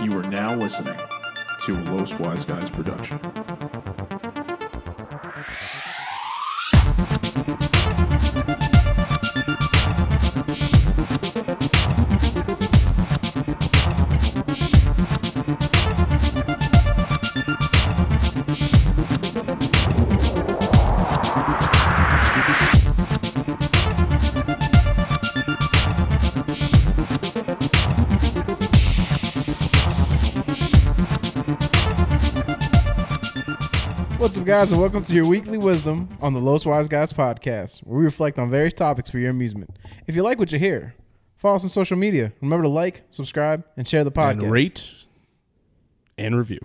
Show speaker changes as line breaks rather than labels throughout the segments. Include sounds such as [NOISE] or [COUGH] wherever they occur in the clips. You are now listening to a Los Wise Guys production.
What's up, guys, and welcome to your weekly wisdom on the Los Wise Guys podcast, where we reflect on various topics for your amusement. If you like what you hear, follow us on social media. Remember to like, subscribe, and share the podcast.
and rate and review.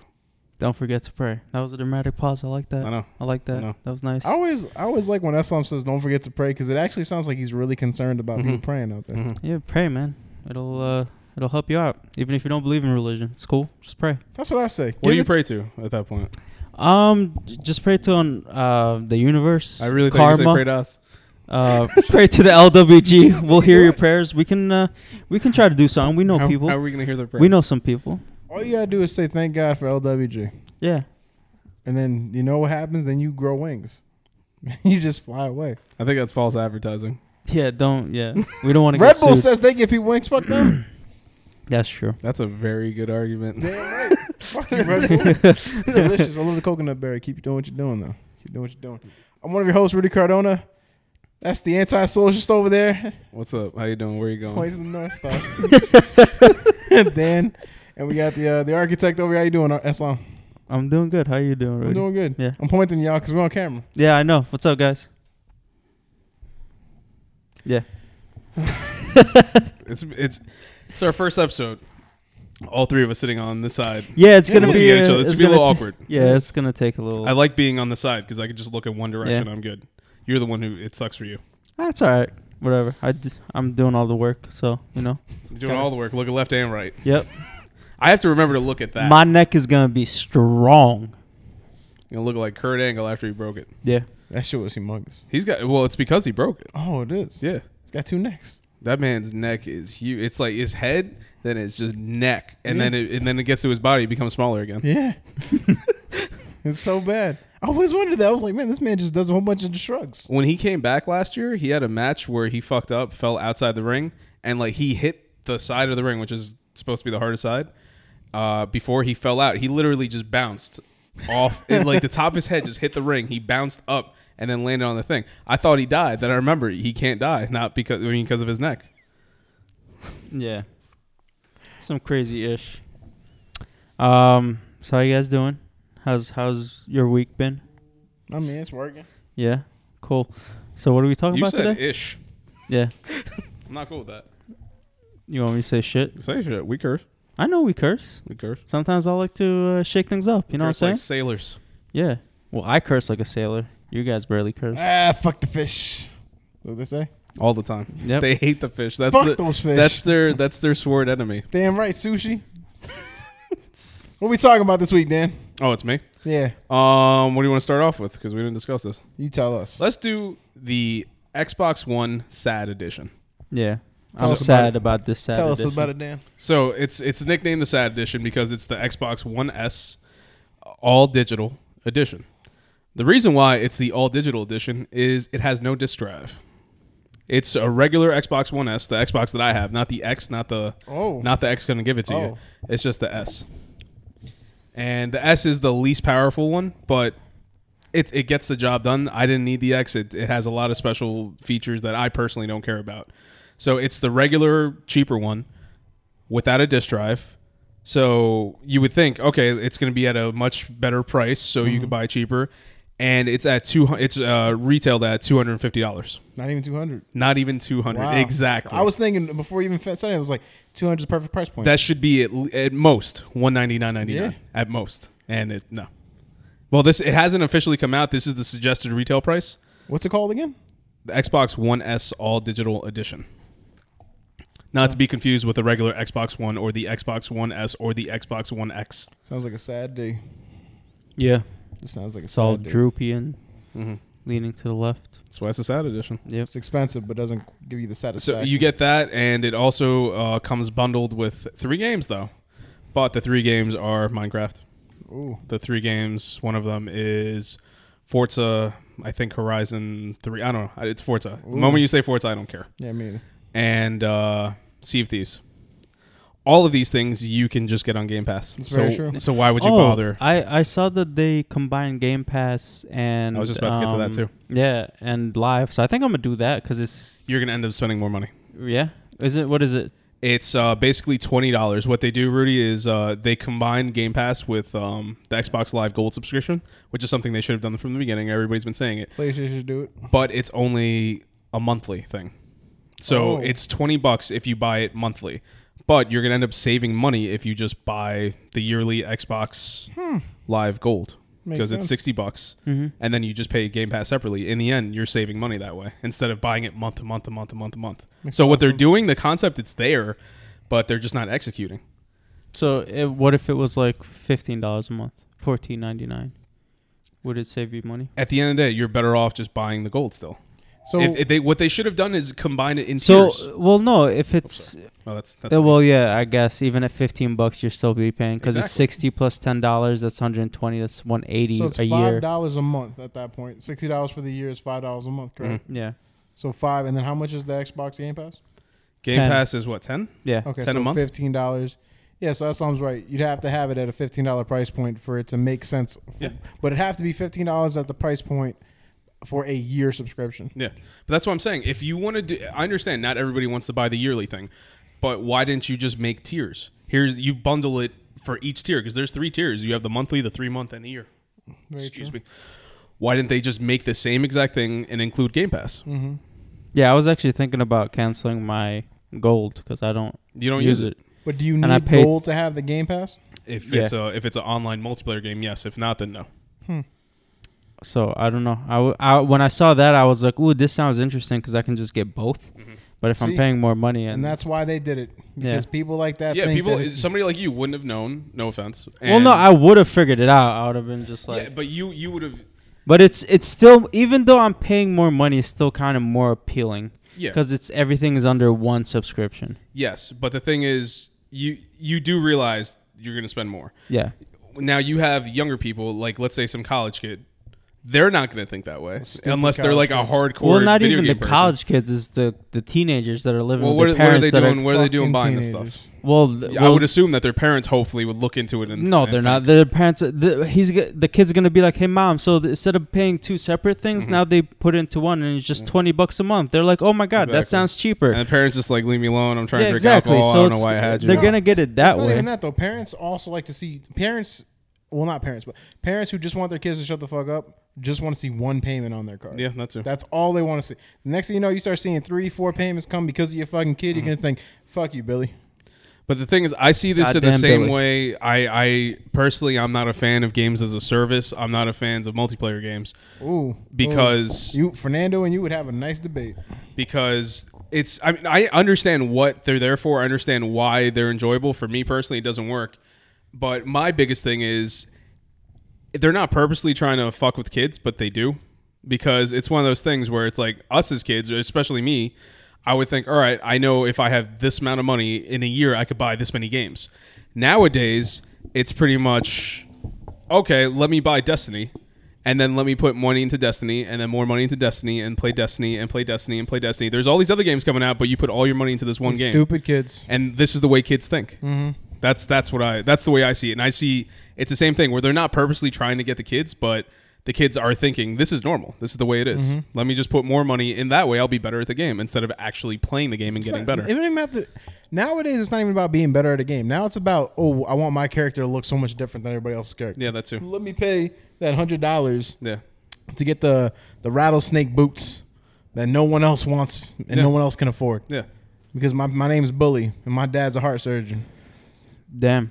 Don't forget to pray. That was a dramatic pause. I like that.
I know.
I like that.
I know.
That was nice.
I always, I always like when Islam says, "Don't forget to pray," because it actually sounds like he's really concerned about people
Mhm.
praying out there.
Yeah, pray, man. It'll uh, it'll help you out, even if you don't believe in religion. It's cool. Just pray.
That's what I say.
What do you
Give
pray to at that point?
Um, j- just pray to on uh the universe.
I really thought you
karma.
said pray to us.
[LAUGHS] uh, pray to the LWG. We'll hear your prayers. We can uh, we can try to do something. We know
how,
people.
How are we gonna hear their prayers?
we know some people.
it- all you gotta do is say, "Thank God for LWG,"
Yeah.
and then you know what happens. Then you grow wings. [LAUGHS] you just fly away.
I think that's false advertising.
Yeah.
[LAUGHS]
Don't. Yeah. We don't want to
Red
get
Bull
sued.
says they give people wings. Fuck them.
That's true.
That's a very good argument.
Damn [LAUGHS] right. Fuck you, Red Bull. [LAUGHS] Delicious. I love the coconut berry. Keep doing what you're doing, though. Keep doing what you're doing. I'm one of your hosts, Rudy Cardona. That's the anti-socialist over there.
What's up? How you doing? Where you going?
Points to the North Star. [LAUGHS] Dan. And we got the uh, the architect over here. How you doing, uh, Islam?
I'm doing good. How you doing?
I'm
Rudy?
doing good.
Yeah.
I'm pointing y'all because we're on camera.
Yeah. I know. What's up, guys? Yeah.
It's it's it's our first episode. All three of us sitting on this side.
Yeah, it's
Yeah,
gonna
we'll
be.
get
uh,
each other. It's
it's
gonna be a
gonna
little
t-
awkward. Mm-hmm.
Yeah, it's gonna take a little.
I like being on the side because I can just look in one direction. I'm good. You're the one who it sucks for you.
That's all right. Ah, Whatever. I am doing all the work, so you know.
You're doing
Got it.
all the work. Look at left and right.
Yep.
I have to remember to look at that.
My neck is gonna be strong.
You're gonna look like Kurt Angle after he broke it.
Yeah.
That shit was humongous.
He's got well. It's because he broke it.
Oh, it is.
Yeah.
It's got two necks.
That man's neck is huge. It's like his head, then it's just neck, and then it, and then it gets to his body, it becomes smaller again.
Yeah. [LAUGHS] it's so bad. I always wondered that. I was like, man, this man just does a whole bunch of shrugs.
When he came back last year, he had a match where he fucked up, fell outside the ring, and like he hit the side of the ring, which is supposed to be the hardest side. Uh, before he fell out, he literally just bounced off, [LAUGHS] and like the top of his head just hit the ring. He bounced up and then landed on the thing. I thought he died. Then I remember he can't die, not because I mean because of his neck.
Yeah. Some crazy ish. Um. So how you guys doing? How's how's your week been?
I mean, it's working.
Yeah. Cool. So what are we talking
you
about
said
today?
ish.
Yeah.
I'm not cool with that.
You want me to say shit?
Say shit. We curse.
I know we curse.
We curse.
Sometimes I like to uh, shake things up. You know
Curse
what I'm
Like
saying?
sailors.
yeah. Well, I curse like a sailor. You guys barely curse.
Ah, fuck the fish. What they say?
all the time.
Yep.
They hate the fish. That's
fuck
the,
those fish.
that's their that's their sword enemy.
Damn right,
[LAUGHS]
sushi. what we talking about this week, Dan?
Oh, it's me.
Yeah,
Um, what do you want to start off with? Because we didn't discuss this.
you tell us.
Let's do the Xbox One Sad Edition.
Yeah.
Tell
I'm
us about
sad
it.
about, this sad
tell
edition.
us about it, Dan.
So it's it's nicknamed the Sad Edition because it's the Xbox One S all digital edition. The reason why it's the all digital edition is it has no disk drive. It's a regular Xbox One S, the Xbox that I have, not the X, not the
Oh,
Not the X gonna give it to you.
Oh.
It's just the S. And the S is the least powerful one, but it it gets the job done. I didn't need the X. It, it has a lot of special features that I personally don't care about. So it's the regular cheaper one without a disk drive. So you would think, okay, it's going to be at a much better price, so you
Mm-hmm.
could buy cheaper. And it's at two. It's uh, retailed at two hundred and fifty dollars.
not even two hundred.
Not even two hundred.
Wow.
Exactly.
I was thinking before you even fe- said it, I was like, two hundred is the perfect price point.
That should be at, l- at most one ninety nine ninety nine
Yeah.
at most, and it no. Well, this it hasn't officially come out. This is the suggested retail price,
What's it called again?
the Xbox One S All Digital Edition. Not to be confused with the regular Xbox One or the Xbox One S or the Xbox One X.
Sounds like a sad day.
Yeah.
This sounds like a
It's all
sad day.
droopy and
Mm-hmm.
leaning to the left.
That's why it's a sad edition.
Yep.
It's expensive, but doesn't give you the satisfaction.
So you get that, and it also uh, comes bundled with three games though. But the three games are Minecraft.
Ooh,
The three games. One of them is Forza. I think Horizon Three. I don't know. It's Forza. The moment you say Forza, I don't care.
yeah, me either.
And uh, Sea of Thieves. All of these things you can just get on Game Pass.
That's
so,
very true.
so why would you
Oh,
bother?
I, I saw that they combined Game Pass and
I was just about to get to that,
um,
too.
Yeah, and live. So I think I'm gonna do that because it's
You're gonna end up spending more money.
yeah. Is it what is it?
It's uh, basically twenty dollars. What they do, Rudy, is uh, they combine Game Pass with um, the Xbox Live Gold subscription, which is something they should have done from the beginning. Everybody's been saying it,
PlayStation should do it.
but it's only a monthly thing. So
Oh.
it's twenty bucks if you buy it monthly, but you're gonna end up saving money if you just buy the yearly Xbox Live Gold
Hmm. Makes
because it's
sense.
sixty bucks,
Mhm.
and then you just pay Game Pass separately. In the end, you're saving money that way instead of buying it month to month to month to month to month.
Makes
so
a lot
what
of
they're
sense.
doing, the concept, it's there, but they're just not executing.
So it, what if it was like fifteen dollars a month, fourteen ninety nine? Would it save you money?
At the end of the day, you're better off just buying the gold still.
So
if, if they what they should have done is combine it in
So
tiers.
well, no. If it's
Oh, that's that's
uh, well, yeah, I guess even at fifteen bucks, you're still be paying because it's
Exactly.
sixty plus ten dollars. That's hundred and twenty. That's one eighty
so it's
a
five
year.
dollars a month at that point. Sixty dollars for the year is five dollars a month, correct?
Yeah,
So five, and then how much is the Xbox Game Pass?
Game
10.
Pass is what ten?
yeah.
Okay,
10 a
so
month?
fifteen dollars. Yeah, so that sounds right. You'd have to have it at a fifteen dollar price point for it to make sense.
Yeah.
But it'd have to be fifteen dollars at the price point for a year subscription.
Yeah, but that's what I'm saying. If you want to do, I understand not everybody wants to buy the yearly thing, but why didn't you just make tiers? Here's you bundle it for each tier because there's three tiers. You have the monthly, the three month, and the year.
Very
Excuse
true.
me. Why didn't they just make the same exact thing and include Game Pass?
Mm.
Yeah, I was actually thinking about canceling my gold because I don't
You don't
use
use it.
it.
But do you
I
need
paid-
gold to have the Game Pass?
If it's a if it's an online multiplayer game, yes. If not, then no.
So I don't know. I, w- I when I saw that, I was like, "Ooh, this sounds interesting because I can just get both."
Mm-hmm.
But if I'm
See?
paying more money, and,
And that's why they did it because
Yeah.
people like that.
yeah,
think
people.
that it's-
Somebody like you wouldn't have known. No offense.
well,
And-
no, I would have figured it out. I would have been just like,
yeah, but you you would have.
But it's it's still even though I'm paying more money, it's still kind of more appealing
Yeah.
because it's everything is under one subscription.
Yes, but the thing is, you you do realize you're going to spend more.
Yeah,
now you have younger people, like let's say some college kid, they're not going to think that way
Stupid
unless they're like a
college
hardcore.
well, not
video
even the
game person.
college kids; it's the the teenagers that are living
Well, what
with
are, what
their
are
parents
they
that
doing? What are they
fucking
doing buying this
teenagers.
stuff?
well, th-
I
well,
would assume that their parents hopefully would look into it. And
No,
and
they're not.
think-
Their parents. The, he's g- the kid's gonna be like, "Hey, mom." So th- instead of paying two separate things,
Mm-hmm.
now they put into one, and it's just twenty bucks a month. They're like, "Oh my god, that
Exactly.
sounds cheaper."
And the parents just like leave me alone. I'm trying
Yeah,
to drink
exactly.
alcohol.
So
I don't
it's-
know why I had you.
they're gonna get it that
it's not
way.
even that though. Parents also like to see parents. Well, not parents, but parents who just want their kids to shut the fuck up just want to see one payment on their card.
yeah, that's it.
That's all they want to see. The next thing you know, you start seeing three, four payments come because of your fucking kid.
Mm-hmm.
You're gonna think, "Fuck you, Billy."
But the thing is, I see this in the
Goddamn
same
Billy.
way. I, I personally, I'm not a fan of games as a service. I'm not a fan of multiplayer games
Ooh,
because
ooh. you, Fernando, and you would have a nice debate.
because it's I mean I understand what they're there for. I understand why they're enjoyable. For me personally, it doesn't work. But my biggest thing is they're not purposely trying to fuck with kids, but they do because it's one of those things where it's like us as kids, or especially me, I would think, all right, I know if I have this amount of money in a year, I could buy this many games. Nowadays, it's pretty much okay. Let me buy Destiny, and then let me put money into Destiny, and then more money into Destiny, and play Destiny, and play Destiny, and play Destiny. There's all these other games coming out, but you put all your money into this one game
Stupid kids.
and this is the way kids think. That's that's what I that's the way I see it, and I see it's the same thing where they're not purposely trying to get the kids, but the kids are thinking this is normal. This is the way it is. Let me just put more money in that way. I'll be better at the game instead of actually playing the game and getting
not-
better.
It don't even have to. Nowadays, it's not even about being better at a game. Now it's about, oh, I want my character to look so much different than everybody else's character.
yeah, that too.
Let me pay that hundred dollars
Yeah,
to get the the rattlesnake boots that no one else wants and
Yeah.
no one else can afford
yeah.
because my my name's Bully and my dad's a heart surgeon.
Damn,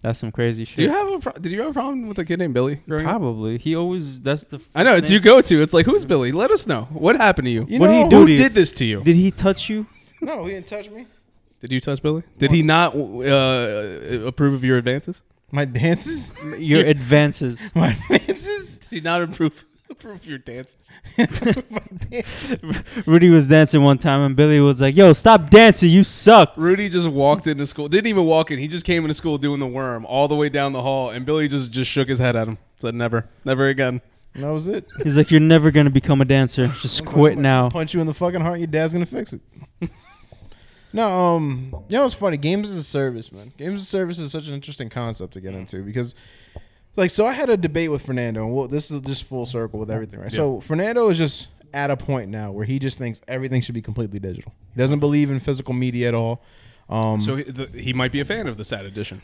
that's some crazy shit.
Do you have a pro- did you have a problem with a kid named Billy growing up?
Probably he always. That's the.
I know it's
name.
you go to. It's like who's Billy? Let us know what happened to you.
You
What do you
know,
do
Who
to you?
did this to you? Did,
Did he
[LAUGHS]
touch you?
No, he didn't touch me.
you touch Billy? Did he not uh, approve of your advances?
My dances, [LAUGHS]
Your advances.
my dances. [LAUGHS]
[LAUGHS] Did he not approve? Proof your dances.
Rudy was dancing one time, and Billy was like, "Yo, stop dancing! You suck."
[LAUGHS] Rudy just walked into school. Didn't even walk in. He just came into school doing the worm all the way down the hall, and Billy just just shook his head at him. Said never, never again.
And that was it.
He's like, "You're never gonna become a dancer. Just quit now."
Punch you in the fucking heart. Your dad's gonna
[LAUGHS]
fix it. no, um, you know what's funny? Games as a service, man. Games as a service is such an interesting concept to
Mm.
get into because, like, so I had a debate with Fernando, and well, this is just full circle with everything, right? So Fernando is just at a point now where he just thinks everything should be completely digital. He doesn't believe in physical media at all. Um,
So he, the, he might be a fan of the sad edition.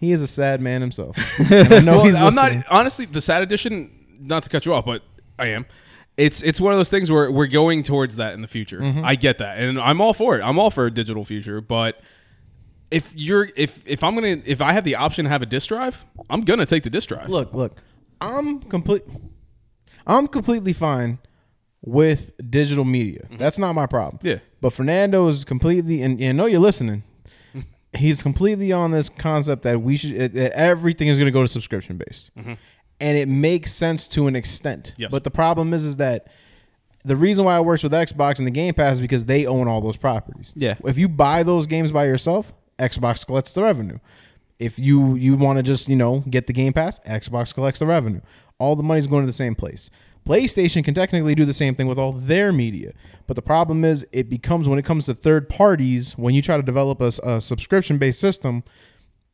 he is a sad man
[LAUGHS]
himself. And I know
well,
he's
I'm
listening.
not honestly the sad edition. Not to cut you off, but I am. It's it's one of those things where we're going towards that in the future. I get that, and I'm all for it. I'm all for a digital future, but if you're if if I'm gonna if I have the option to have a disk drive, I'm gonna take the disk drive.
look, look. I'm complete. I'm completely fine with digital media. That's not my problem.
Mm-hmm. Yeah.
But Fernando is completely, and and I know you're listening.
[LAUGHS]
He's completely on this concept that we should that- that everything is going to go to subscription based, and it makes sense to an extent.
Mm-hmm. Yes.
But the problem is, is that the reason why it works with Xbox and the Game Pass is because they own all those properties.
Yeah.
If you buy those games by yourself, Xbox collects the revenue. If you you want to just you know get the Game Pass, Xbox collects the revenue. All the money's going to the same place. PlayStation can technically do the same thing with all their media, but the problem is it becomes when it comes to third parties. When you try to develop a, subscription based system,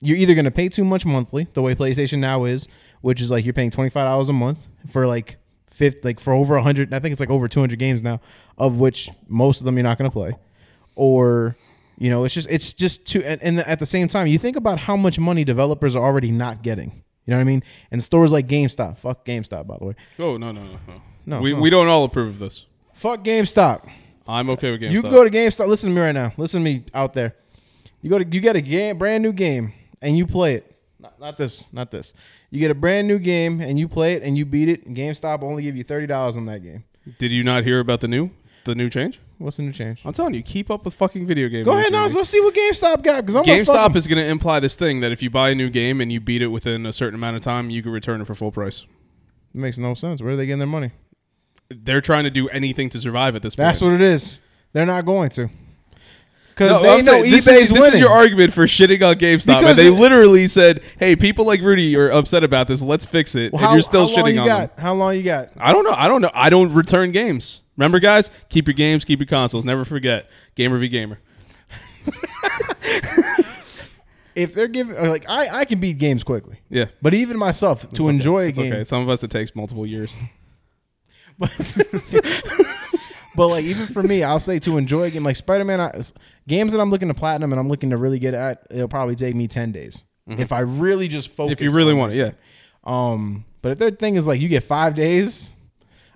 you're either going to pay too much monthly, the way PlayStation now is, which is like you're paying twenty five dollars a month for like fifth, like for over hundred. I think it's like over two hundred games now, of which most of them you're not going to play, or you know, it's just it's just too. And, and at the same time, you think about how much money developers are already not getting. You know what I mean? And stores like GameStop, fuck GameStop, by the way,
Oh no no no no.
No,
we
no.
we don't all approve of this.
fuck GameStop.
I'm okay with games.
You go to GameStop. Listen to me right now. Listen to me out there. You go to you get a game, brand new game, and you play it. Not, not this, not this. You get a brand new game and you play it and you beat it. And GameStop will only give you thirty dollars on that game.
Did you not hear about the new the new change?
What's the new change?
I'm telling you, keep up with fucking video games.
Go ahead now. Let's see what GameStop got because I'm gonna fuck
GameStop is going to imply this thing that if you buy a new game and you beat it within a certain amount of time, you can return it for full price.
them. It makes no sense. Where are they getting their money?
They're trying to do anything to survive at this point.
That's what it is. They're not going to because
No,
they
I'm
know
saying,
eBay's
this is,
winning.
This is your argument for shitting on GameStop,
Because
and they
it-
literally said, "Hey, people like Rudy are upset about this. Let's fix it."
Well,
and you're still
how long
shitting
you
on them.
got? How long you got?
I don't know. I don't know. I don't return games. Remember, guys, keep your games, keep your consoles. Never forget, gamer v gamer.
If they're giving uh, like I, I can beat games quickly,
Yeah,
but even myself to
okay.
enjoy a
it's
game.
okay. Some of us it takes multiple years.
[LAUGHS] But like even for me, I'll say to enjoy a game like Spider Man, I games that I'm looking to platinum and I'm looking to really get at, it'll probably take me ten days if I really just focus.
Mm-hmm. If you really
on
want it, yeah.
Um, but if their thing is like you get five days,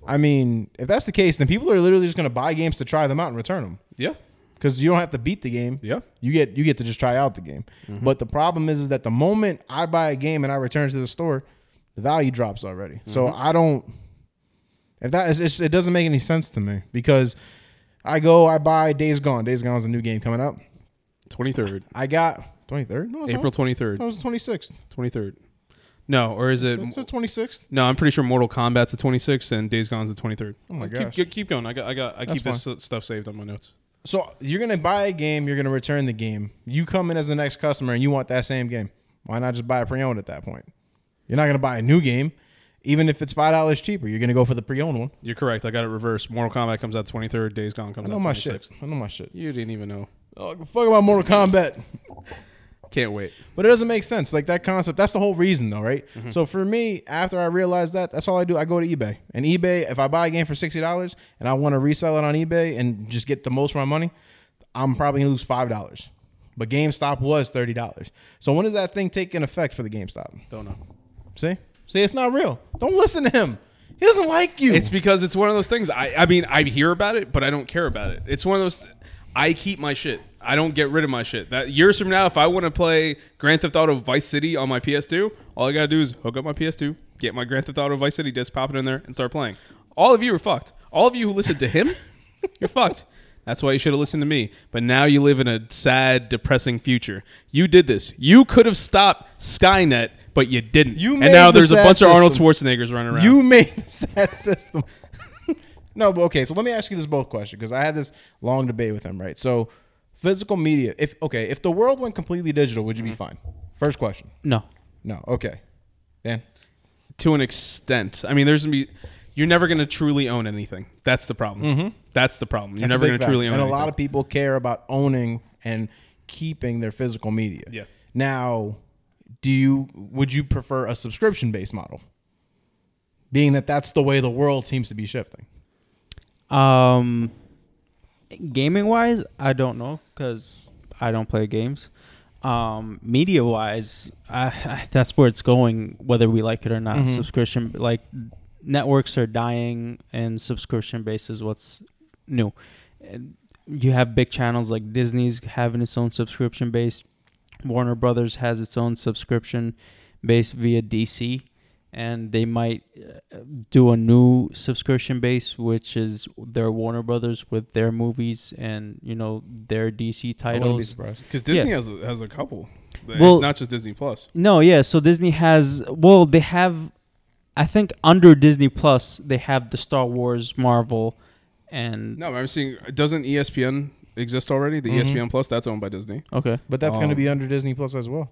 I mean, if that's the case, then people are literally just going to buy games to try them out and return them
Yeah.
because you don't have to beat the game.
Yeah. Mm-hmm.
You get you get to just try out the game. But the problem is, is that the moment I buy a game and I return it to the store, the value drops already. So
Mm-hmm.
I don't. If that is, it's, it doesn't make any sense to me because I go, I buy Days Gone. Days Gone is a new game coming up.
23rd.
I got twenty third. No, it's
April
Not.
23rd.
No, it's twenty sixth.
23rd. No, or is it?
It's twenty sixth.
No, I'm pretty sure Mortal Kombat's the 26th and Days Gone's the 23rd. Oh
my
keep,
gosh.
keep, keep going. I got, I got, I
That's
keep this uh, stuff saved on my notes.
So you're gonna buy a game, you're gonna return the game. You come in as the next customer and you want that same game. Why not just buy a pre-owned at that point? You're not gonna buy a new game, even if it's five dollars cheaper. You're gonna go for the pre-owned one.
You're correct. I got it reversed. Mortal Kombat comes out 23rd. Days Gone comes
I know
out
my
26th.
shit. I know my shit.
You didn't even know.
Oh, I can fuck about Mortal Kombat.
Can't wait.
But it doesn't make sense. Like that concept. That's the whole reason, though, right? So for me, after I realized that, that's all I do. I go to eBay and eBay. If I buy a game for sixty dollars and I want to resell it on eBay and just get the most for my money, I'm probably gonna lose five dollars. But GameStop was thirty dollars. So when does that thing take an effect for the GameStop?
Don't know.
See, see, it's not real. Don't listen to him. He doesn't like you.
It's because it's one of those things. I, I mean, I hear about it, but I don't care about it. It's one of those. I keep my shit. I don't get rid of my shit. That years from now, if I want to play Grand Theft Auto Vice City on my PS2, all I gotta do is hook up my PS2, get my Grand Theft Auto Vice City disc, pop it in there, and start playing. All of you are fucked. All of you who listened
[LAUGHS]
to him, you're fucked. That's why you should have listened to me. But now you live in a sad, depressing future. You did this. You could have stopped Skynet but you didn't.
You made
and now
the
there's a
sad
bunch of Arnold
system.
Schwarzeneggers running around.
You made [LAUGHS] the sad system. no, but okay. So let me ask you this both question because I had this long debate with him. Right. So physical media. If okay, if the world went completely digital, would you
Mm-hmm.
be fine? First question.
No.
No. Okay. Dan.
to an extent. I mean, there's gonna be you're never gonna truly own anything. That's the problem. That's the problem.
Mm-hmm. That's a
You're never
big
gonna
fact.
truly own
And a
anything.
lot of people care about owning and keeping their physical media.
Yeah.
Now, do you would you prefer a subscription based model? Being that that's the way the world seems to be shifting.
Um, gaming wise, I don't know because I don't play games. Um, media wise, I, I, that's where it's going, whether we like it or not. Subscription, like networks are dying, and subscription base is what's new. And You have big channels like Disney's having its own subscription base. Warner Brothers has its own subscription base via DC, and they might uh, do a new subscription base, which is their Warner Brothers with their movies and you know their DC
I wouldn't be
titles.
surprised.
because Disney has a, has a couple.
Well-
it's not just Disney Plus.
No, yeah. So Disney has well, they have, I think under Disney Plus they have the Star Wars, Marvel, and
No, I'm seeing. Doesn't E ESPN exist already? The E
Mhm.
ESPN Plus that's owned by Disney.
okay,
But that's going to
Um,
be under Disney Plus as well.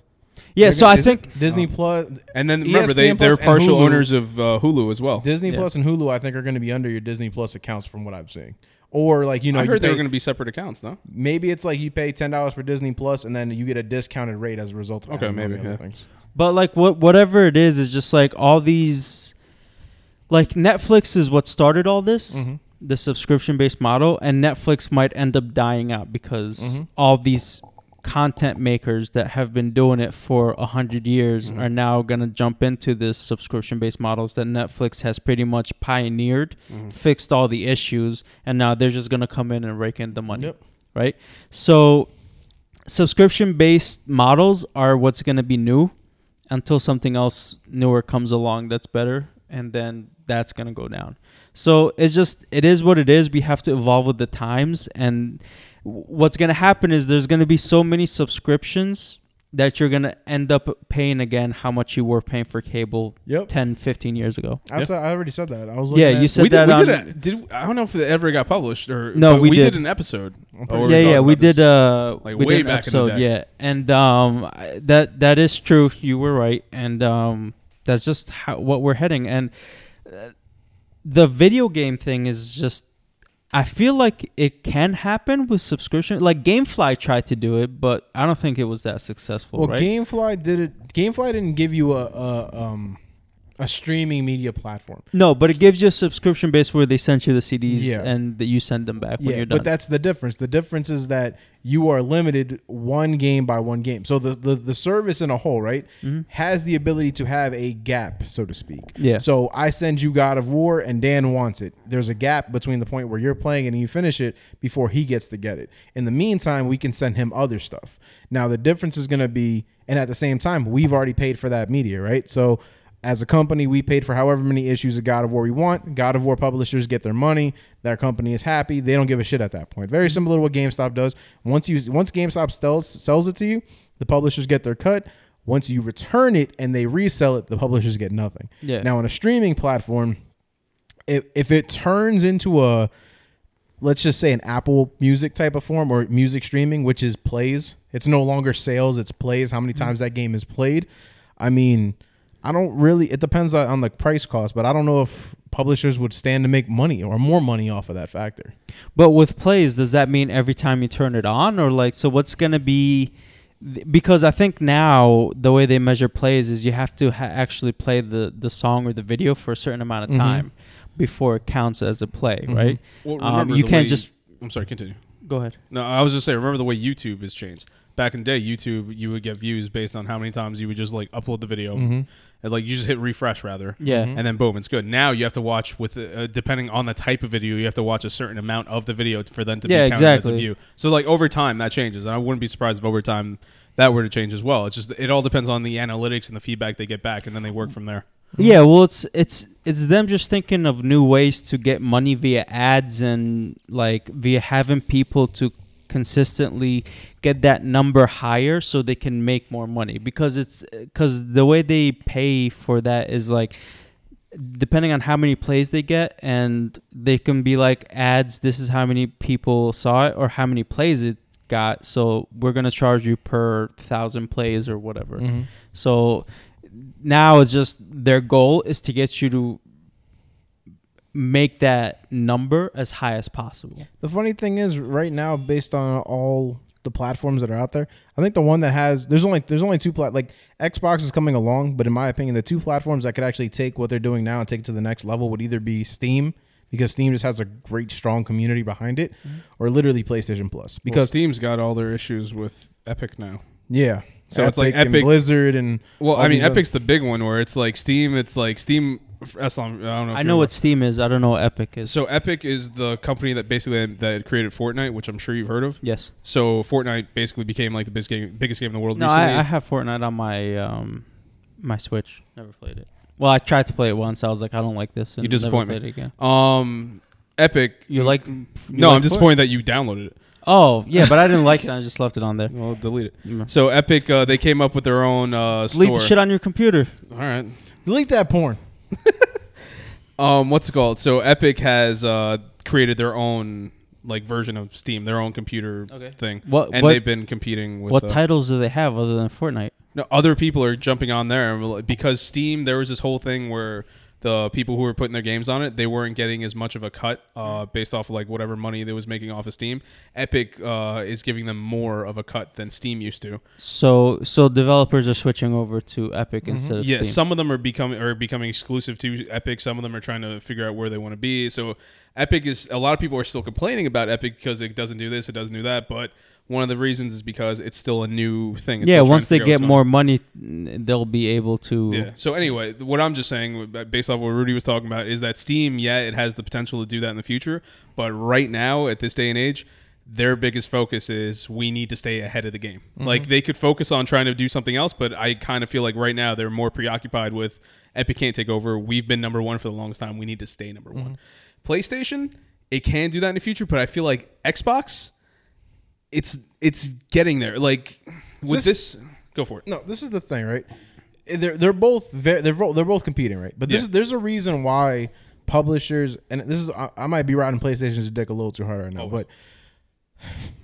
yeah.
They're
So
gonna-
I
is
think
Disney
Oh.
Plus,
And then remember
ESPN
they
Plus
they're
and
partial
Hulu.
owners of uh, Hulu as well.
Disney
Yeah.
Plus and Hulu, I think are going to be under your Disney Plus accounts from what I'm seeing. Or like you know,
I
you
heard they
pay-
were going to be separate accounts. No,
maybe it's like you pay ten dollars for Disney Plus and then you get a discounted rate as a result. of
Okay,
adding on
maybe,
the other
yeah.
things.
But like what whatever it is is just like all these like Netflix is what started all this,
Mhm.
the subscription based model, and Netflix might end up dying out because
Mhm.
all these content makers that have been doing it for a hundred years are now gonna jump into this subscription based models that Netflix has pretty much pioneered, fixed all the issues, and now they're just gonna come in and rake in the money
Yep.
right? So subscription based models are what's going to be new until something else newer comes along that's better and then that's going to go down. So it's just it is what it is. We have to evolve with the times and w- what's going to happen is there's going to be so many subscriptions that you're going to end up paying again how much you were paying for cable
Yep.
ten, fifteen 10 15 years ago.
I, said, I already said that. I was looking
Yeah,
at-
you said
we
that
did.
on
We did, a, did. I don't know if it ever got published or
No,
but
we
did.
did.
an episode.
I'm
Oh,
pretty
we
yeah,
talked
yeah,
about
we
this.
did. Uh,
like,
we
way
did an
back in the
episode,
day.
yeah, and um, I- that that is true. You were right, and um, that's just how what we're heading. And uh, the video game thing is just. I feel like it can happen with subscription. Like GameFly tried to do it, but I don't think it was that successful.
Well,
right?
GameFly did it. GameFly didn't give you a, a um a streaming media platform.
no, but it gives you a subscription base where they send you the CDs
Yeah.
and that you send them back when
Yeah,
you're done.
but that's the difference. The difference is that you are limited one game by one game. So the the, the service in a whole, right,
Mm-hmm.
has the ability to have a gap, so to speak.
Yeah.
So I send you God of War and Dan wants it. There's a gap between the point where you're playing it and you finish it before he gets to get it. In the meantime, we can send him other stuff. Now the difference is going to be and at the same time, we've already paid for that media, right? So as a company, we paid for however many issues of God of War we want. God of War publishers get their money. Their company is happy. They don't give a shit at that point. Very similar to what GameStop does. Once you once GameStop sells sells it to you, the publishers get their cut. Once you return it and they resell it, the publishers get nothing.
Yeah.
Now on a streaming platform, if if it turns into a let's just say an Apple Music type of form or music streaming, which is plays. It's no longer sales; it's plays. How many times that game is played? I mean, I don't really. It depends on on the price cost, but I don't know if publishers would stand to make money or more money off of that factor.
But with plays, does that mean every time you turn it on, or like, so what's gonna be? th- Because I think now the way they measure plays is you have to ha- actually play the the song or the video for a certain amount of
Mhm.
time before it counts as a play,
Mhm.
right?
Well,
Um,
remember
you
the
can't
way-
just-
I'm sorry. Continue.
Go ahead.
No, I was just saying. Remember the way YouTube has changed. Back in the day, YouTube you would get views based on how many times you would just like upload the video, and like you just hit refresh rather,
Yeah.
and then boom, it's good. Now you have to watch with uh, depending on the type of video, you have to watch a certain amount of the video for them to
Yeah,
be counted
exactly.
as a view. So like over time that changes, and I wouldn't be surprised if over time that were to change as well. It's just it all depends on the analytics and the feedback they get back, and then they work from there.
Yeah, well, it's it's it's them just thinking of new ways to get money via ads and like via having people to consistently get that number higher so they can make more money because it's because the way they pay for that is like depending on how many plays they get and they can be like ads this is how many people saw it or how many plays it got so we're going to charge you per thousand plays or whatever
Mhm.
so now it's just their goal is to get you to make that number as high as possible
The funny thing is, right now, based on all the platforms that are out there, I think the one that has there's only there's only two plat like Xbox is coming along, but in my opinion, the two platforms that could actually take what they're doing now and take it to the next level would either be Steam because Steam just has a great strong community behind it,
Mm-hmm.
or literally PlayStation Plus
because
because
Steam's got all their issues with Epic now.
yeah,
So it's like
and
Epic-
Blizzard and
Well,
all
I mean,
these other-
Epic's the big one where it's like Steam. It's like Steam. That's not- I don't know. if
i
you
know
remember.
what steam is i don't know what epic is
So Epic is the company that basically that created Fortnite, which I'm sure you've heard of.
yes
So Fortnite basically became like the biggest game, biggest game in the world
no
recently.
I, I have fortnite on my um my switch never played it well i tried to play it once i was like i don't like this and
You disappoint
never
me.
played it again
um, Epic.
you like
no, I'm
just
disappointed that you downloaded it.
oh yeah but i didn't like it i just left it
[LAUGHS]
on there
Well, delete it.
Mm.
So Epic, uh, they came up with their own uh,
delete
store.
the shit on your computer
All right.
delete that porn.
Um, what's it called? So Epic has uh, created their own like version of Steam, their own computer
Okay.
thing,
What-
and
what-
they've been competing with
what
uh,
titles do they have other than fortnite
No, other people are jumping on there and we'll- because Steam. There was this whole thing where the people who were putting their games on it, they weren't getting as much of a cut uh, based off of like whatever money they was making off of Steam. Epic uh, is giving them more of a cut than Steam used to.
So so developers are switching over to Epic instead of
Mm-hmm. yeah,
Steam.
some of them are becoming are becoming exclusive to Epic. Some of them are trying to figure out where they want to be. So Epic is a lot of people are still complaining about Epic because it doesn't do this, it doesn't do that, but. One of the reasons is because it's still a new thing. It's
yeah,
still trying
once
to
they
figure out what's
get
going
more money, n- they'll be able to.
Yeah. So anyway, th- what I'm just saying, b- based off what Rudy was talking about, is that Steam, yeah, it has the potential to do that in the future, but right now, at this day and age, their biggest focus is we need to stay ahead of the game. Like they could focus on trying to do something else, but I kind of feel like right now they're more preoccupied with Epic can't take over. We've been number one for the longest time. We need to stay number one. PlayStation, it can do that in the future, but I feel like Xbox, it's it's getting there. Like
this-
with this, go for it.
no, this is the thing, right? They're they're both very, they're both, they're both competing, right? But this
Yeah.
is there's a reason why publishers and this is I, I might be riding PlayStation's dick a little too hard right now,
Always.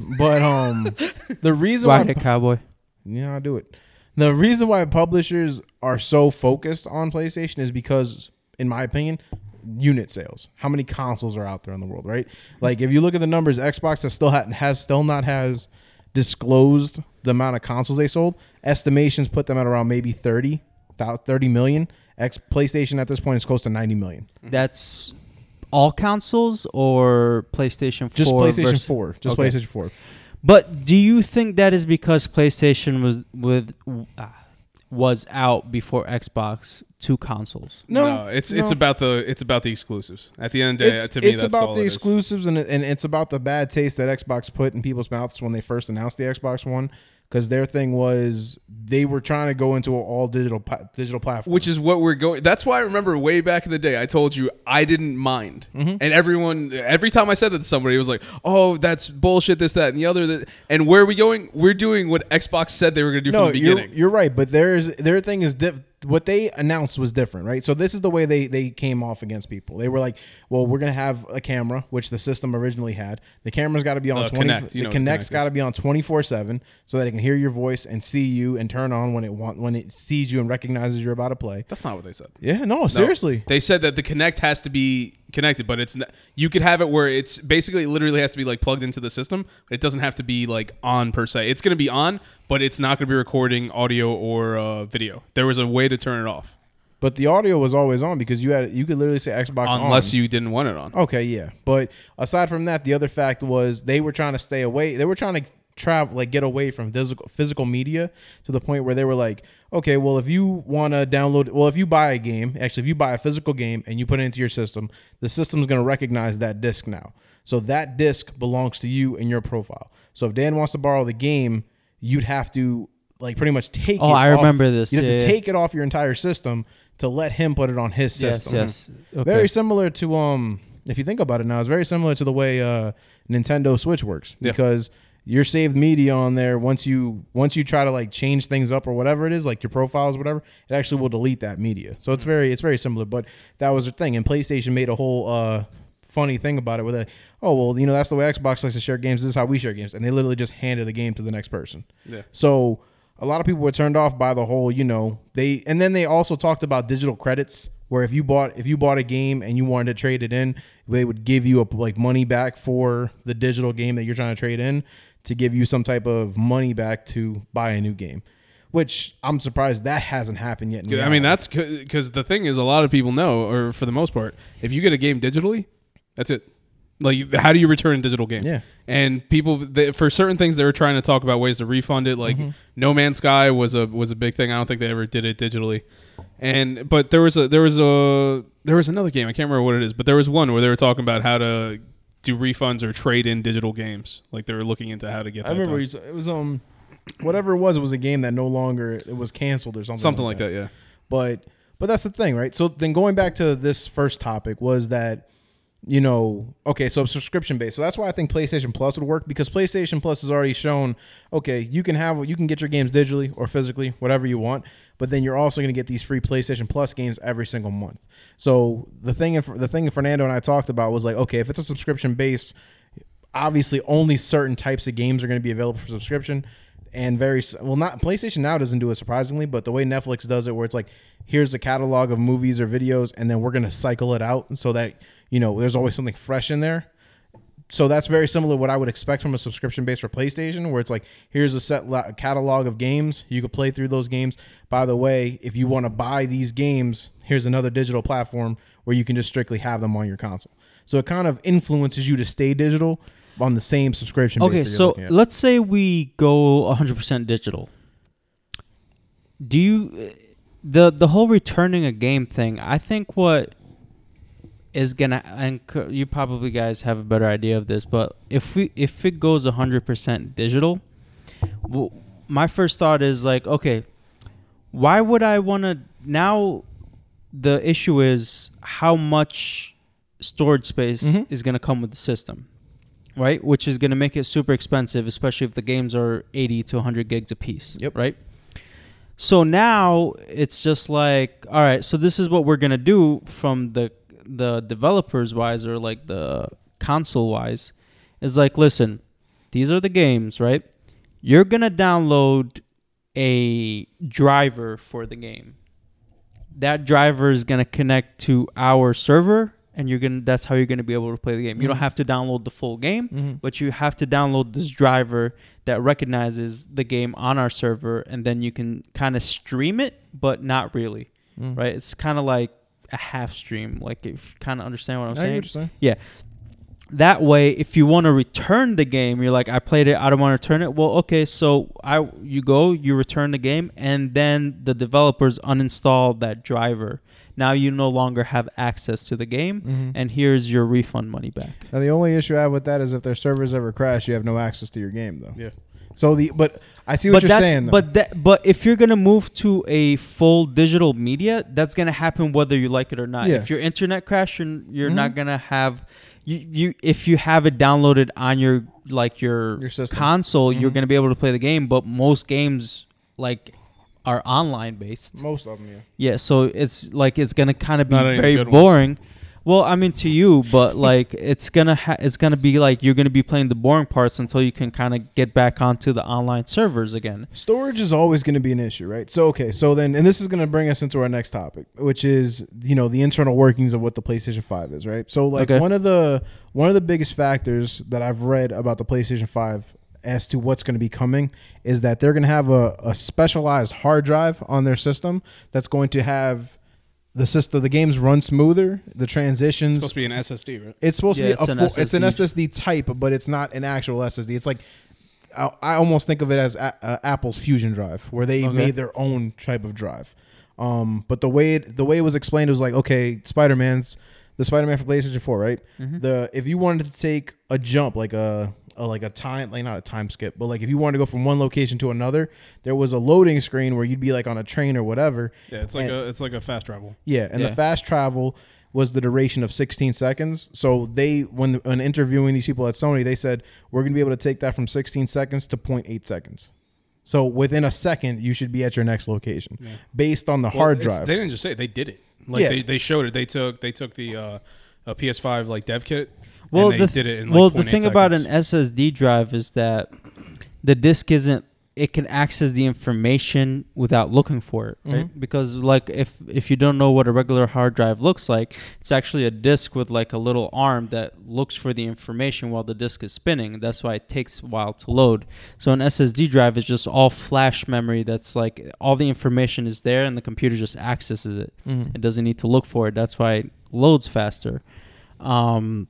but but um the reason
Ride
why
it, cowboy.
Mm-hmm.
yeah, I'll do it. The reason why publishers are so focused on PlayStation is because, in my opinion, unit sales. How many consoles are out there in the world, right? Like if you look at the numbers, Xbox has still had, has still not has disclosed the amount of consoles they sold. Estimations put them at around maybe 30, thou- 30 million. X PlayStation at this point is close to 90 million.
That's all consoles or PlayStation Four.
Just PlayStation
versus-
4. Just
Okay.
PlayStation 4.
But do you think that is because PlayStation was with uh, was out before Xbox two consoles?
No, it's it's
no.
about the it's about the exclusives. At the end of the day,
it's,
to me,
it's
that's
about
all
the
it is.
exclusives and and it's about the bad taste that Xbox put in people's mouths when they first announced the Xbox One because their thing was they were trying to go into an all digital pla- digital platform.
Which is what we're going. That's why I remember way back in the day, I told you I didn't mind, and everyone every time I said that to somebody, it was like, "Oh, that's bullshit. This, that, and the other." That, and where are we going? We're doing what Xbox said they were going to do
no,
from the
you're,
beginning.
you're right, but there's their thing is diff- what they announced was different, right? So this is the way they they came off against people. They were like, "Well, we're gonna have a camera, which the system originally had. The camera's got to be on
Uh,
twenty.
Kinect. You know
the
what Kinect
Kinect's
is.
got to be on twenty four seven, so that it can hear your voice and see you and turn on when it want when it sees you and recognizes you're about to play."
that's not what they said.
Yeah, no,
No.
seriously.
they said that the Connect has to be connected, but it's not, you could have it where it's basically it literally has to be like plugged into the system, but it doesn't have to be like on per se. It's going to be on, but it's not going to be recording audio or uh, video. There was a way to turn it off
But the audio was always on because you had you could literally say Xbox
unless
on.
you didn't want it on.
Okay, yeah. But aside from that, the other fact was they were trying to stay away. They were trying to travel like get away from physical, physical media to the point where they were like, okay, well if you want to download well if you buy a game, actually if you buy a physical game and you put it into your system, the system's going to recognize that disc now. So that disc belongs to you and your profile. So if Dan wants to borrow the game, you'd have to like pretty much take
Oh,
it
I
off-
remember this.
You'd have
Yeah,
to
yeah.
take it off your entire system to let him put it on his system.
Yes, yes. Okay.
Very similar to um if you think about it now, it's very similar to the way uh Nintendo Switch works
Yeah.
because your saved media on there once you once you try to like change things up or whatever it is like your profiles whatever it actually will delete that media so
Mm.
it's very it's very similar but that was the thing and playstation made a whole uh funny thing about it where they oh well you know that's the way xbox likes to share games this is how we share games and they literally just handed the game to the next person
Yeah.
so a lot of people were turned off by the whole, you know, they and then they also talked about digital credits where if you bought if you bought a game and you wanted to trade it in, they would give you a, like money back for the digital game that you're trying to trade in to give you some type of money back to buy a new game. Which I'm surprised that hasn't happened yet. in
Dude, I mean,
reality.
that's because the thing is, a lot of people know, or for the most part, if you get a game digitally, that's it. Like, you- how do you return a digital game?
Yeah.
And people, they, for certain things, they were trying to talk about ways to refund it. Like,
Mm-hmm.
No Man's Sky was a was a big thing. I don't think they ever did it digitally. And but there was a there was a there was another game. I can't remember what it is, but there was one where they were talking about how to do refunds or trade in digital games. Like they were looking into how to get. That
I remember
done.
you s- it was um whatever it was, it was a game that no longer it was canceled or something
something like that. Yeah.
but but that's the thing right so then going back to this first topic was that you know okay so subscription based so that's why i think playstation plus would work because playstation plus has already shown okay you can have you can get your games digitally or physically whatever you want but then you're also going to get these free playstation plus games every single month so the thing the thing fernando and i talked about was like okay if it's a subscription based obviously only certain types of games are going to be available for subscription and very well not playstation now doesn't do it surprisingly but the way netflix does it where it's like here's a catalog of movies or videos and then we're going to cycle it out so that you know there's always something fresh in there so that's very similar to what I would expect from a subscription base for PlayStation, where it's like, here's a set lo- catalog of games. You could play through those games. By the way, if you want to buy these games, here's another digital platform where you can just strictly have them on your console. So it kind of influences you to stay digital on the same subscription
Okay,
base. that you're
so
looking at.
let's say we go 100% digital. Do you the the whole returning a game thing? I think what is gonna and c- you probably guys have a better idea of this, but if we if it goes 100% digital, well, my first thought is like, okay, why would I want to now? The issue is how much storage space
Mm-hmm.
is going to come with the system right? Which is going to make it super expensive, especially if the games are 80 to 100 gigs a piece.
Yep.
Right? So now it's just like, all right, so this is what we're going to do from the the developers wise or like the console wise is like, listen, these are the games, right? You're going to download a driver for the game. That driver is going to connect to our server and you're going to that's how you're going to be able to play the game. You don't have to download the full game, but you have to download this driver that recognizes the game on our server and then you can kind of stream it, but not really. Right? It's kind of like a half stream, like if you kind of understand what I'm
I hear
saying.
what you're saying.
Yeah. That way, if you want to return the game, you're like, I played it, I don't want to return it. Well, okay, so I you go, you return the game, and then the developers uninstall that driver. Now you no longer have access to the game, and here's your refund money back.
Now the only issue I have with that is if their servers ever crash, you have no access to your game though.
Yeah.
So the but I see what
but
you're
that's
saying. though.
but that but if you're gonna move to a full digital media, that's gonna happen whether you like it or not.
Yeah. Mm-hmm.
If your internet crash, you're, you're not gonna have you, you if you have it downloaded on your like your,
Your system. Mm-hmm.
console, you're gonna be able to play the game. But most games like are online based.
most of them, yeah.
Yeah, so it's like it's gonna kind of be
Not any
very
good ones.
boring. Well, I mean to you,
[LAUGHS]
but like it's gonna ha- it's gonna be like you're gonna be playing the boring parts until you can kind of get back onto the online servers again.
Storage is always going to be an issue, right? So okay, so then and this is going to bring us into our next topic, which is you know the internal workings of what the PlayStation 5 is, right? So like
Okay.
one of the one of the biggest factors that I've read about the PlayStation 5 as to what's going to be coming is that they're going to have a, a specialized hard drive on their system that's going to have the system the games run smoother, the transitions
supposed to be an SSD, right?
it's supposed
Yeah,
to be
it's
a
an
full, it's an
SSD.
SSD type, but it's not an actual SSD. It's like I, I almost think of it as a, uh, Apple's Fusion Drive, where they
Okay.
made their own type of drive. Um, but the way it, the way it was explained was like, okay, Spider Man's the Spider Man for PlayStation Four, right?
Mm-hmm.
The if you wanted to take a jump, like a, a like a time, like not a time skip, but like if you wanted to go from one location to another, there was a loading screen where you'd be like on a train or whatever,
Yeah, it's like
And-
a it's like a fast travel.
yeah, and
Yeah.
the fast travel was the duration of 16 seconds. So they, when, when interviewing these people at Sony, they said we're going to be able to take that from 16 seconds to 0.8 seconds. So within a second, you should be at your next location, based on the
Well,
hard
it's-
drive.
They didn't just say it, they did it. Like
Yeah.
they, they showed it. They took they took the uh, a PS5 like dev kit.
Well,
and they
the
did it. In, like,
well, the
0.8
thing about an
seconds.
SSD drive is that the disk isn't. It can access the information without looking for it,
Mm-hmm.
right? Because like if if you don't know what a regular hard drive looks like, it's actually a disk with like a little arm that looks for the information while the disk is spinning. That's why it takes a while to load. So an SSD drive is just all flash memory. That's like all the information is there, and the computer just accesses it.
Mm-hmm.
It doesn't need to look for it. That's why it loads faster. Um,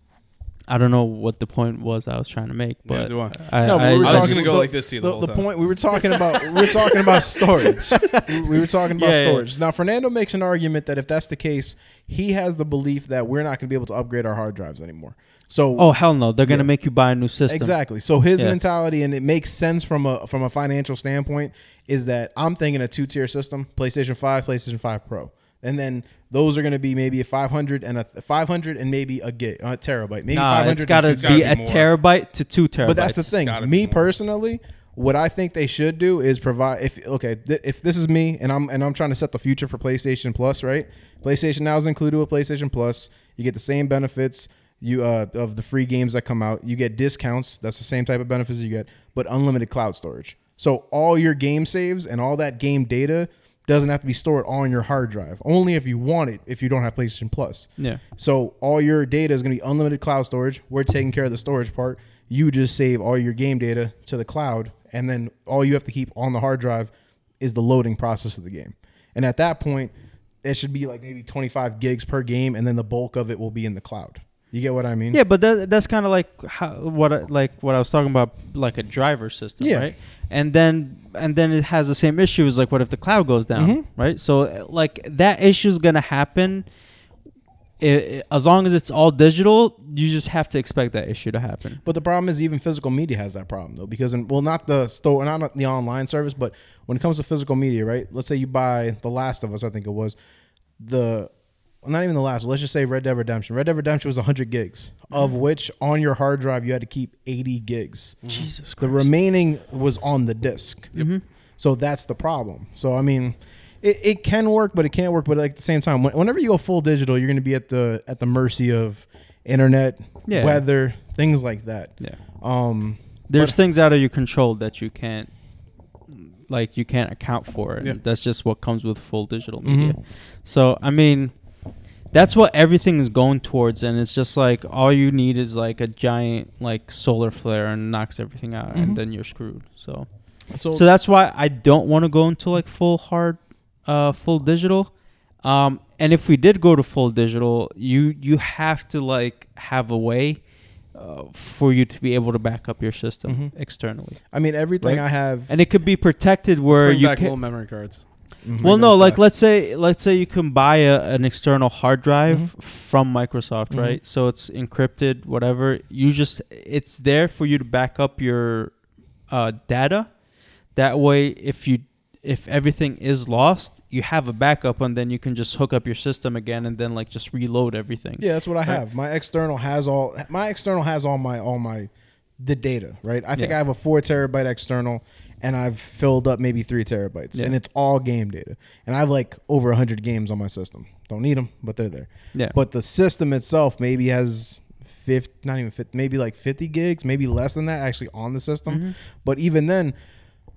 I don't know what the point was I was trying to make,
Yeah,
but
do I.
I,
No,
I
we were
was
just-
talking
gonna go
the-
like this to you the
The,
whole
the
time.
point we were talking [LAUGHS] about, we were talking about storage. We- We were talking about
Yeah, yeah.
storage. Now, Fernando makes an argument that if that's the case, he has the belief that we're not going to be able to upgrade our hard drives anymore. So,
Oh hell no! They're gonna
Yeah.
make you buy a new system.
Exactly. So his
Yeah.
mentality, and it makes sense from a from a financial standpoint, is that I'm thinking a two tier system: PlayStation Five, PlayStation Five Pro, and then those are going to be maybe a 500 and a 500 and maybe a gig, a terabyte, maybe
Nah,
500.
it's gotta
it's gotta
be
be
a
more.
terabyte to two terabytes.
but that's the thing.
gotta be
Me
more.
personally, what I think they should do is provide. If okay, th- if this is me and I'm and I'm trying to set the future for PlayStation Plus, right? PlayStation Now is included with PlayStation Plus. You get the same benefits you uh, of the free games that come out. You get discounts. That's the same type of benefits you get, but unlimited cloud storage. So all your game saves and all that game data doesn't have to be stored on your hard drive. Only if you want it. If you don't have PlayStation Plus.
Yeah.
So all your data is going to be unlimited cloud storage. We're taking care of the storage part. You just save all your game data to the cloud, and then all you have to keep on the hard drive is the loading process of the game. And at that point, it should be like maybe 25 gigs per game, and then the bulk of it will be in the cloud. You get what I mean?
Yeah, but that, that's kind of like how, what I- like what I was talking about, like a driver system,
Yeah.
right? And then and then it has the same issue as like what if the cloud goes down,
Mm-hmm.
right? So uh, like that issue is gonna happen. I i as long as it's all digital, you just have to expect that issue to happen.
But the problem is even physical media has that problem though, because in, well, not the store, not the online service, but when it comes to physical media, right? Let's say you buy The Last of Us, I think it was the. well, Not even the last. Let's just say Red Dead Redemption. Red Dead Redemption was 100 gigs, of which on your hard drive you had to keep 80 gigs.
Jesus
The remaining was on the disk. So that's the problem. So I mean, it, it can work, but it can't work. But like at the same time, when, whenever you go full digital, you're going to be at the at the mercy of internet,
Yeah.
weather, things like that.
Yeah,
Um,
there's
but-
things out of your control that you can't like you can't account for and
Yeah.
that's just what comes with full digital media so i mean that's what everything is going towards and it's just like all you need is like a giant like solar flare and knocks everything out and then you're screwed so
so,
so that's why i don't want to go into like full hard uh full digital um and if we did go to full digital you you have to like have a way uh, for you to be able to back up your system externally
I mean, everything
Right?
Mm-hmm. I have.
and it could be protected
Let's
where
bring
you
back little
can.
memory cards.
Well, no,
those
like
back.
let's say let's say you can buy a, an external hard drive from Microsoft, right? So it's encrypted, whatever. You just it's there for you to back up your uh, data. That way, if you if everything is lost, you have a backup, and then you can just hook up your system again, and then like just reload everything.
[LAUGHS] Yeah, that's what I have. My external has all my external has all my all my the data, right? I think
Yeah.
I have a four terabyte external and I've filled up maybe three terabytes
Yeah.
and it's all game data. And I have like over 100 games on my system. Don't need them, but they're there.
Yeah.
But the system itself maybe has 50, not even 50, maybe like 50 gigs, maybe less than that actually on the system.
Mm-hmm.
But even then,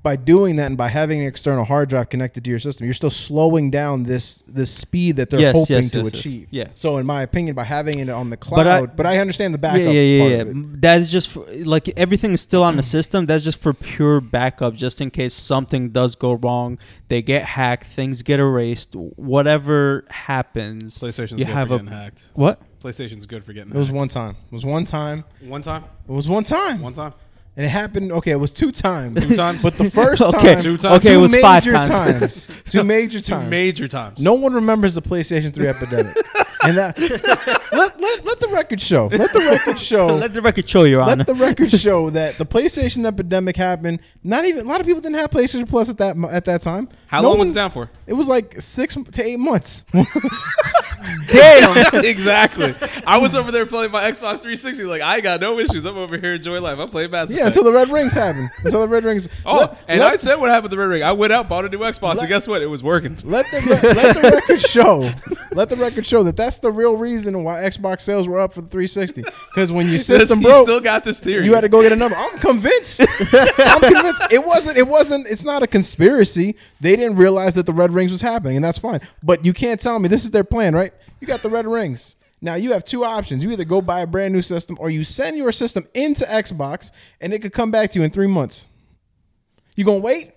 by doing that and by having an external hard drive connected to your system, you're still slowing down this this speed that they're
Yes,
hoping
yes,
to
yes, yes.
achieve.
Yeah.
So in my opinion, by having it on the cloud,
But
but
I-
I, understand the backup.
yeah, yeah, yeah,
Part
yeah.
of it.
That is just for, like everything is still on the system. That's just for pure backup, just in case something does go wrong. They get hacked, things get erased, whatever happens.
PlayStation's
you
good
have
for
a
getting hacked.
what?
PlayStation's good for getting.
It was
hacked.
one time. It was one time.
one time.
It was one time.
One time.
And it happened. Okay, it was two times.
Two times.
But the first
[LAUGHS] Okay,
time,
Two times.
okay, it
two
was
major
five times. [LAUGHS]
times. two major
two
times.
major times. [LAUGHS]
no one remembers the PlayStation 3 epidemic. And that let, let let the record show. Let the record show.
Let the record show, Your Honor.
Oh. Let the record show that the PlayStation epidemic happened. Not even a lot of people didn't have PlayStation Plus at that mo- at that time.
How
No
long was
one-
it down for?
It was like six to eight months. [LAUGHS]
[LAUGHS]
Damn.
exactly. I was over there playing my Xbox 360. Like I got no issues. I'm over here enjoying life. I'm playing Mass
yeah,
Effect.
until the Red Rings happened. Until the Red Rings.
oh,
let,
and
let,
I said what happened to Red Ring. I went out, bought a new Xbox,
Let-
and guess what? It was working.
let the re- let the record show. Let the record show that that's the real reason why Xbox sales were up for the 360. Because
[LAUGHS]
when your system
you
broke,
still got this theory.
You had to go get another. I'm
[LAUGHS]
convinced. I'm convinced. It wasn't. It wasn't. It's not a conspiracy. They didn't realize that the red rings was happening, and that's fine. But you can't tell me this is their plan, right? You got the red rings. Now you have two options. You either go buy a brand new system, or you send your system into Xbox, and it could come back to you in three months. You gonna wait?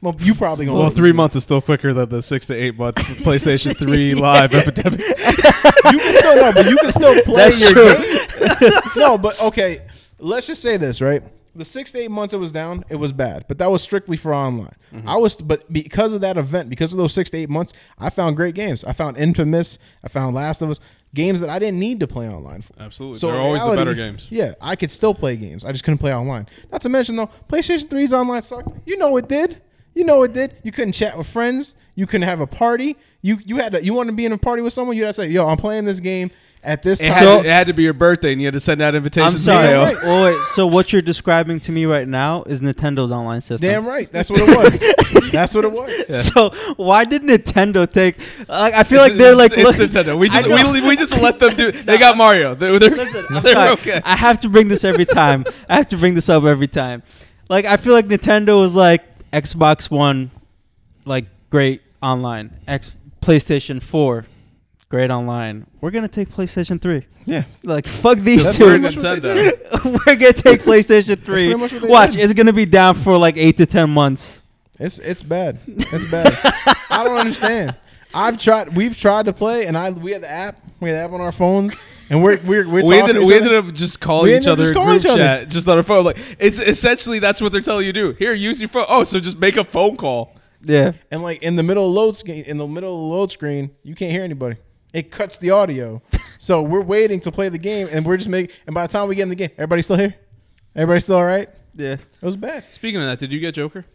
Well, you probably gonna
Well,
wait.
three months is still quicker than the six to eight [LAUGHS] month PlayStation 3 live epidemic.
You can still no, but you can still play
That's
your
true.
game. [LAUGHS] no, but okay. Let's just say this, right? The six to eight months it was down, it was bad, but that was strictly for online.
Mm-hmm.
I was, but because of that event, because of those six to eight months, I found great games. I found Infamous, I found Last of Us, games that I didn't need to play online for.
[LAUGHS] Absolutely.
So
They're
in
always the
reality,
better games.
Yeah, I could still play games. I just couldn't play online. Not to mention though, PlayStation 3's online sucked. You know it did. You know it did. You couldn't chat with friends. You couldn't have a party. You you had to, you want to be in a party with someone. You had to say, "Yo, I'm playing this game at this
It,
time."
had
So-
to, it had to be your birthday, and you had to send out invitations.
I'm sorry.
to
right.
mail.
Oh, wait, so what you're describing to me right now is Nintendo's online system.
Damn right. That's what it
[LAUGHS]
was. That's what it was.
[LAUGHS] So why did Nintendo take? I I feel like
It's-
they're like.
it's, it's Nintendo. We
I
just
know.
we, we just let them do. They got Mario. They're, they're, [LAUGHS]
Listen, I'm
they're
sorry.
okay.
I have to bring this every time. I have to bring this up every time. Like I feel like Nintendo was like Xbox One, like great online. X PlayStation Four, great online. We're gonna take PlayStation Three.
Yeah.
Like fuck these
That's
two.
pretty
We're
much
[LAUGHS]
what they
Nintendo.
did.
We're gonna take PlayStation
pretty
Three.
much what they
Watch,
did.
it's gonna be down for like eight to ten months.
It's it's bad. It's bad. I don't understand. I've tried. We've tried to play, and I we had the app. We had the app on our phones, and we're we're we're
we
talking
ended,
to
we
each
ended
other.
up just calling
We
each
ended up
other
just
in
calling
group
each other.
chat, just on our phone. Like it's essentially that's what they're telling you to do. Here, use your phone. Oh, so just make a phone call.
Yeah.
and like in the middle of load screen, in the middle of load screen, you can't hear anybody. It cuts the [LAUGHS] audio. so we're waiting to play the game, and we're just making. And by the time we get in the game, everybody's still here. Everybody's still all right.
Yeah.
It was bad.
Speaking of that, did you get Joker?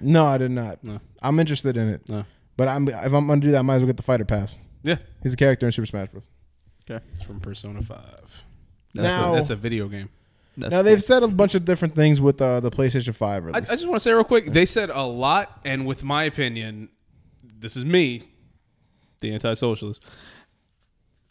No, I did not.
No.
I'm interested in it,
No.
but I'm if I'm gonna do that, I might as well get the fighter pass.
Yeah,
He's a character in Super Smash Bros.
it's from Persona Five.
That's
That's,
a- Now-
a, that's a video game.
That's
now they've said a bunch of different things with uh, the PlayStation Five.
I, I
release.
just want to say real quick, they said a lot, and with my opinion, this is me, the anti-socialist.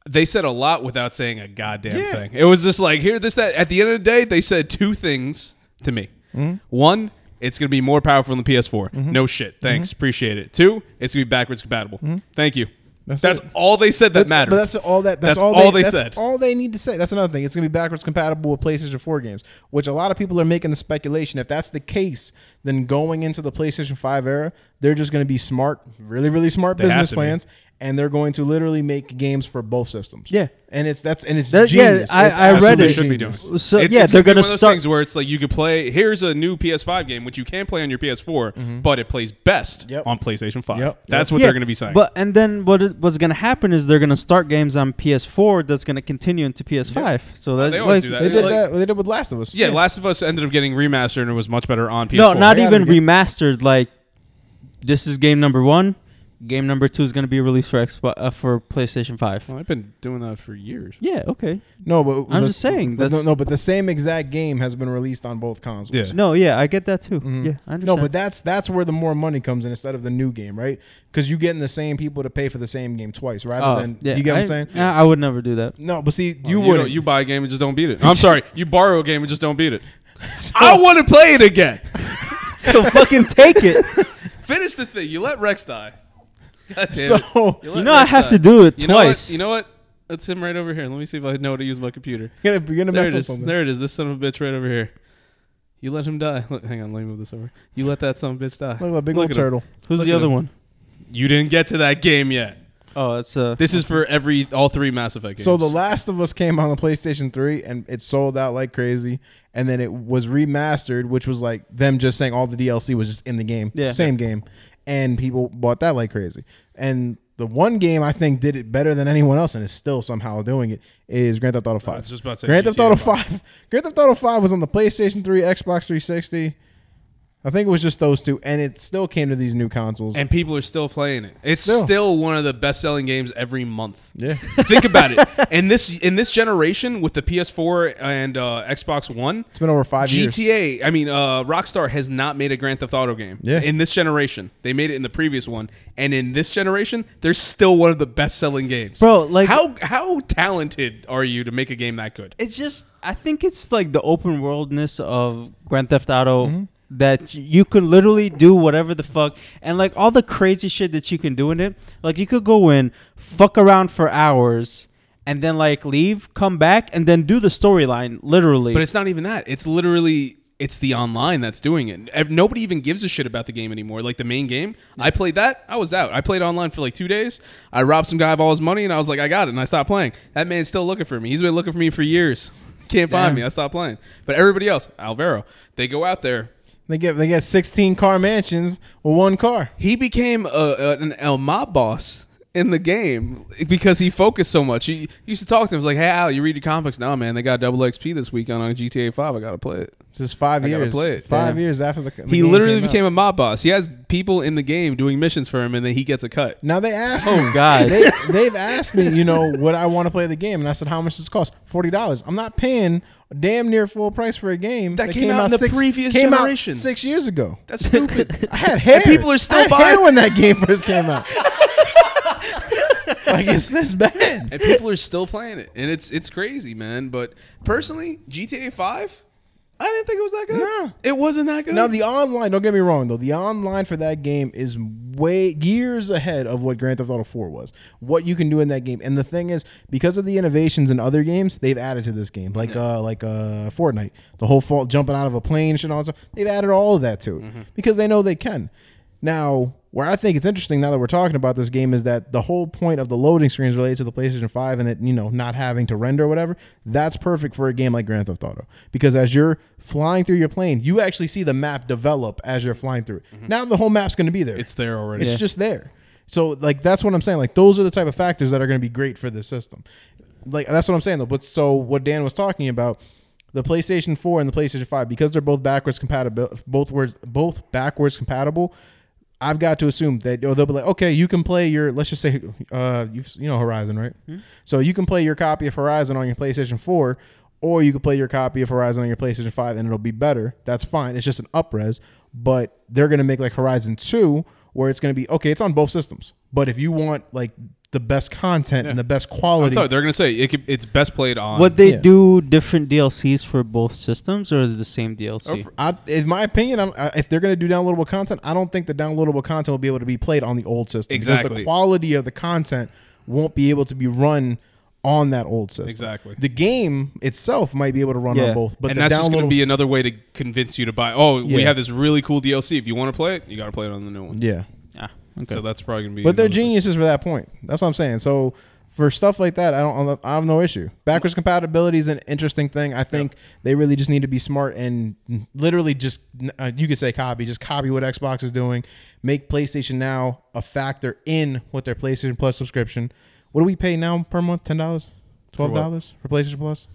They said a lot without saying a goddamn
Yeah.
thing. It was just like here, this, that. At the end of the day, they said two things to me.
Mm-hmm.
One, it's going to be more powerful than the PS4. No shit.
Mm-hmm.
Thanks, appreciate it. Two, it's going to be backwards compatible. Thank you.
That's
That's,
it.
all they said that
But-
mattered.
But that's all that. That's,
That's
all,
all
they,
they
that's
said.
All they need to say. That's another thing. It's going to be backwards compatible with PlayStation 4 games, which a lot of people are making the speculation. If that's the case, then going into the PlayStation 5 era, they're just going to be smart, really, really smart
have
business
to be.
plans, and they're going to literally make games for both systems.
Yeah.
and it's that's and it's
That- yeah,
genius.
I-
It's
I read
That's what
absolutely
they should be doing.
genius.
So, yeah,
gonna
they're
be
gonna
one of those
start-
things where it's like you could play. Here's a new PS5 game which you can play on your PS4, but it plays best
Mm-hmm. Yep.
on PlayStation 5.
Yep.
That's what
Yeah,
they're going to be saying.
But and then what is what's going to happen is they're going to start games on PS4 that's going to continue into PS5. So that,
they always do that.
They did
Like-
that. They did with Last of Us.
yeah, Last of Us ended up getting remastered and it was much better on PS4.
No, not
They gotta
even
get-
remastered. Like this is game number one. Game number two is going to be released for Xbox uh, for PlayStation Five.
Well, I've been doing that for years.
Yeah. Okay.
no, but
I'm
the-
just saying,
but No,
that's-
no, but the same exact game has been released on both consoles.
Yeah.
No. Yeah, I get that too.
Mhm.
Yeah, I understand.
No, but that's that's where the more money comes in instead of the new game, right? Because you're getting the same people to pay for the same game twice, rather
Oh,
than
yeah,
you get what I'm
I-
saying.
Nah, I would never do that.
No, but see,
Oh, You
you
would
wouldn't.
you buy a game and just don't beat it. I'm sorry, you borrow a game and just don't
[LAUGHS]
beat it. I want to play it again.
[LAUGHS] so fucking take it.
[LAUGHS] Finish the thing. You let Rex die. God damn [LAUGHS]
[LAUGHS]
it.
so [LAUGHS]
You
You
let
know I
Rex
have
die.
to do it
You know what?
twice.
You know what? That's him right over here. Let me see if I know how to use my computer.
you're gonna, you're gonna
There
mess
it
up
is.
something.
There it is. This son of a bitch right over here. You let him die. Look, hang on. Let me move this over. You let that son of a bitch die.
Look at that big
Look
old
at him.
turtle.
Who's
Look
the
at
other
him.
one?
You didn't get to that game yet.
Oh, it's uh.
This is for every all three Mass Effect games.
So The Last of Us came on the PlayStation 3 and it sold out like crazy, and then it was remastered, which was like them just saying all the DLC was just in the game,
Yeah.
same game, and people bought that like crazy. And The one game I think did it better than anyone else and is still somehow doing it is Grand Theft Auto Five.
was just about to say
Grand Theft
GTA
Auto
five.
Five. [LAUGHS] Grand Theft Auto Five was on the PlayStation Three, Xbox 360. I think it was just those two, and it still came to these new consoles.
and people are still playing it. It's
Still.
still, one of the best-selling games every month.
yeah,
Think about it. In this in this generation with the PS4 and uh, Xbox One,
it's been over five years.
GTA, I mean, uh, Rockstar has not made a Grand Theft Auto game.
Yeah.
In this generation, they made it in the previous one, and in this generation, they're still one of the best-selling games.
Bro, like-
how how talented are you to make a game that good?
It's just I think it's like the open worldness of Grand Theft Auto that you could literally do whatever the fuck and like all the crazy shit that you can do in it. Like you could go in, fuck around for hours, and then like leave, come back, and then do the storyline literally.
But it's not even that. It's literally it's the online that's doing it. Ev- Nobody even gives a shit about the game anymore. Like the main game, I played that. I was out. I played online for like two days. I robbed some guy of all his money, and I was like, I got it, and I stopped playing. That man's still looking for me. He's been looking for me for years. [LAUGHS] Can't find me. I stopped playing. But everybody else, Alvaro, they go out there.
They get they get 16 car mansions with one car.
He became a, a, an El Mob boss in the game because he focused so much. He, he used to talk to him. He was like, Hey, Al, you read your comics? Nah, man, they got double XP this week on, on GTA 5. I got to play it.
Just five
I gotta
years.
play it.
Five
Damn.
years after the, the
He
game
literally
came out.
became a mob boss. He has people in the game doing missions for him, and then he gets a cut.
Now they asked
Oh,
[LAUGHS] me.
God.
They, they've asked me, you know, would I want to play the game? And I said, how much does it cost? Forty dollars. I'm not paying damn near full price for a game
That came out in the previous
came out
generation.
six years ago.
That's
[LAUGHS]
stupid.
I had hair.
people are still
I had hair
buying-
when that game first came
[LAUGHS]
out. like it's this bad.
and people are still playing it, and it's it's crazy, man. But personally, GTA Five, I didn't think it was that good.
No.
it wasn't that good.
Now the online, don't get me wrong though, the online for that game is way years ahead of what Grand Theft Auto 4 was. What you can do in that game. And the thing is, because of the innovations in other games, they've added to this game. Like uh like uh Fortnite, the whole fault jumping out of a plane and shit and all that stuff. They've added all of that to it because they know they can. Now, where I think it's interesting now that we're talking about this game is that the whole point of the loading screens related to the PlayStation 5 and it, you know, not having to render or whatever, that's perfect for a game like Grand Theft Auto. Because as you're flying through your plane, you actually see the map develop as you're flying through it. Now the whole map's going to be there.
it's there already.
It's just there. So like that's what I'm saying. Like those are the type of factors that are going to be great for this system. Like that's what I'm saying though. But so what Dan was talking about, the PlayStation 4 and the PlayStation 5 because they're both backwards compatible both words both backwards compatible, I've got to assume that or they'll be like, "Okay, you can play your let's just say uh you you know Horizon, right? So you can play your copy of Horizon on your PlayStation 4 or you can play your copy of Horizon on your PlayStation 5 and it'll be better. That's fine. It's just an upres, but they're going to make like Horizon 2 where it's going to be okay, it's on both systems. But if you want like the best content and the best
I'm
quality,
sorry, they're gonna say it could, it's best played on.
would they
Yeah.
do different DLCs for both systems or is it the same DLC?
I, in my opinion, I'm, I, if they're going to do downloadable content, I don't think the downloadable content will be able to be played on the old system. Because the
Exactly.
quality of the content won't be able to be run on that old system.
Exactly.
The game itself might be able to run
Yeah.
on both, but
and
the
that's just gonna
downloadable-
be another way to convince you to buy. Oh, we
Yeah.
have this really cool DLC. If you want to play it, you got to play it on the new one.
yeah.
Ah, okay.
So that's probably gonna be.
But they're
another thing.
geniuses for that point. That's what I'm saying. So for stuff like that, I don't. I have no issue. Backwards compatibility is an interesting thing. I think they really just need to be smart and literally just uh, you could say copy, just copy what Xbox is doing. Make PlayStation Now a factor in what their PlayStation Plus subscription. What do we pay now per month? Ten dollars, twelve dollars for PlayStation Plus.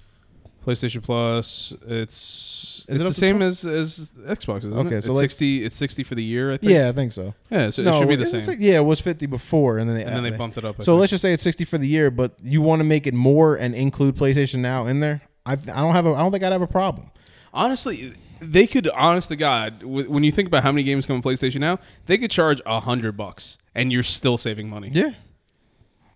PlayStation Plus. It's
Is it
it's
up to
the same as as Xbox. Isn't
Okay,
it?
so
it's
let's-
sixty. It's sixty for the year. I think.
Yeah, I think so.
Yeah. So it should be the
is it
same.
six- yeah, it was fifty before, and then they
and then
add-
they bumped it up. I
So
think.
let's just say it's 60 for the year, but you want to make it more and include PlayStation Now in there. I, I don't have a, I don't think I'd have a problem.
Honestly, they could, honest to God, wh- when you think about how many games come on PlayStation now, they could charge a hundred bucks and you're still saving money.
Yeah.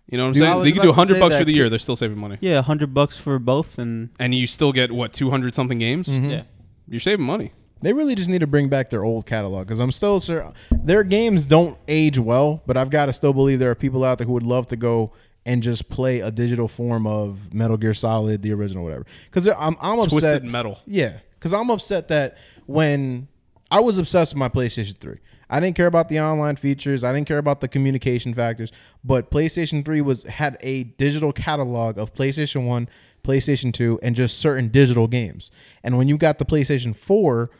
You know what I'm
Dude, I
saying?
was
They could
about
do a
to say
hundred bucks
that
for the
could-
year. They're still saving money,
yeah, 100 bucks for both and
and you still get what two hundred something games.
yeah.
You're saving money.
They really just need to bring back their old catalog because I'm still sure their games don't age well, but I've got to still believe there are people out there who would love to go and just play a digital form of Metal Gear Solid, the original, whatever. Because I'm, I'm upset.
Twisted Metal.
Yeah, because I'm upset that when I was obsessed with my PlayStation 3, I didn't care about the online features, I didn't care about the communication factors, but PlayStation 3 was had a digital catalog of PlayStation 1, PlayStation 2, and just certain digital games. And when you got the PlayStation 4,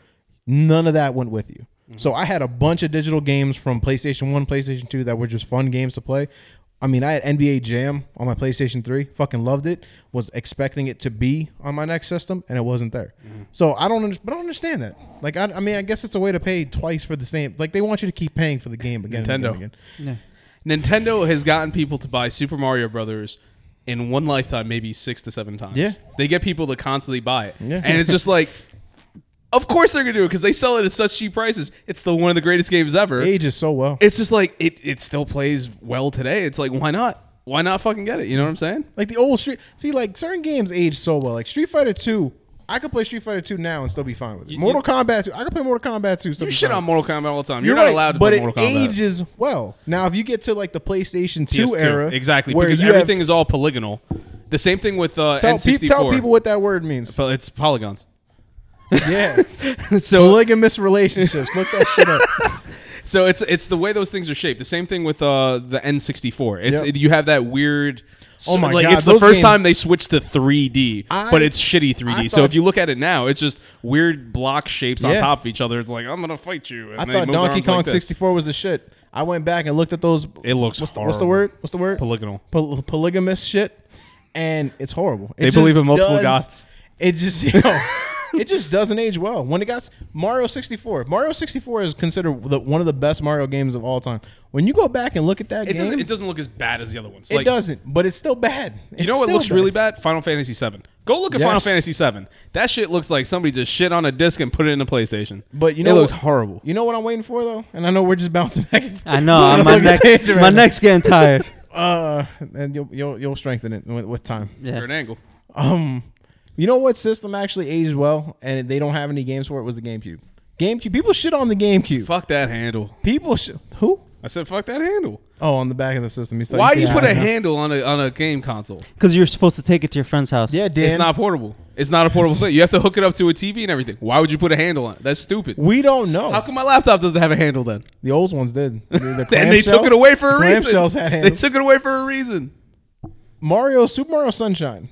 none of that went with
Mm-hmm.
you. So I had a bunch of digital games from PlayStation 1, PlayStation 2 that were just fun games to play. I mean, I had NBA Jam on my PlayStation 3, fucking loved it, was expecting it to be on my next system, and it wasn't there.
Mm-hmm.
So I don't, under- but I don't understand that. Like, I, I mean, I guess it's a way to pay twice for the same. Like, they want you to keep paying for the game again. and
Nintendo.
again, and again.
Yeah.
Nintendo has gotten people to buy Super Mario Brothers in one lifetime, maybe six to seven times.
Yeah.
They get people to constantly buy it.
Yeah.
And it's just like, of course they're going to do it because they sell it at such cheap prices. It's still one of the greatest games ever.
It ages so well.
It's just like, it, it still plays well today. It's like, why not? Why not fucking get it? You know what I'm saying?
Like the old Street. See, like certain games age so well. Like Street Fighter Two, I could play Street Fighter Two now and still be fine with it. Mortal Kombat Two, I could play Mortal Kombat Two. Still
You
be
shit
fine
on
with it.
Mortal Kombat all the time. You're, not
right,
allowed to
but
play Mortal Kombat.
it ages well. Now, if you get to like the PlayStation Two
PS2.
era,
Exactly.
where
Because
you have-
everything is all polygonal. The same thing with uh,
tell,
N64.
pe- tell people what that word
[LAUGHS]
means.
But it's polygons.
yeah,
so
polygamous relationships. Look that shit up.
So it's it's the way those things are shaped. The same thing with uh, the N64. It's
Yep. Oh
you have that weird. so-
my
like,
God,
It's the
those
first
games-
time they switched to 3D,
I-
but it's shitty 3D.
I
so
thought-
if you look at it now, it's just weird block shapes on
Yeah.
top of each other. It's like I'm gonna fight you. And [LAUGHS]
I
they
thought
move their
Donkey
arms like
Kong
this.
64 was the shit. I went back and looked at those.
It looks
what's the,
horrible.
what's the word? What's the word?
Polygonal.
Pol- polygamous shit, and it's horrible. It
They
just
believe in multiple
does-
gods.
It just [LAUGHS] you
[LAUGHS]
know, it just doesn't age well. When it got Mario 64, Mario 64 is considered the, one of the best Mario games of all time. When you go back and look at that
It
game,
doesn't. It doesn't look as bad as the other ones.
it doesn't, but it's still bad.
You know what looks really bad? Final Fantasy VII. Go look at Final
Yes.
Fantasy VII. That shit looks like somebody just shit on a disc and put it in a PlayStation.
But you
it
know
looks
what-
horrible.
You know what I'm waiting for though, and I know we're just [LAUGHS] bouncing back. And forth. [LAUGHS]
I know.
On a
my
fucking
neck,
tangent right
my
now.
neck's getting tired.
Uh, and you'll you'll you'll strengthen it with, with time.
Or an
Yeah.
angle.
Um, you know what system actually aged well, and they don't have any games for it was the GameCube. GameCube people shit on the GameCube.
Fuck that handle.
People sh- who?
I said, fuck that handle.
Oh, on the back of the system. He's like,
Why you
yeah,
put
I
a
know.
handle on a on a game console?
Because you're supposed to take it to your friend's house.
Yeah, Dan.
It's not portable. It's not a portable thing. You have to hook it up to a TV and everything. Why would you put a handle on it? That's stupid.
we don't know.
How come my laptop doesn't have a handle then? [LAUGHS]
the old ones did. The, the
And they took
clamshells-
it away for a
the
reason.
Clamshells had
They
handles.
took it away for a reason.
Mario Super Mario Sunshine,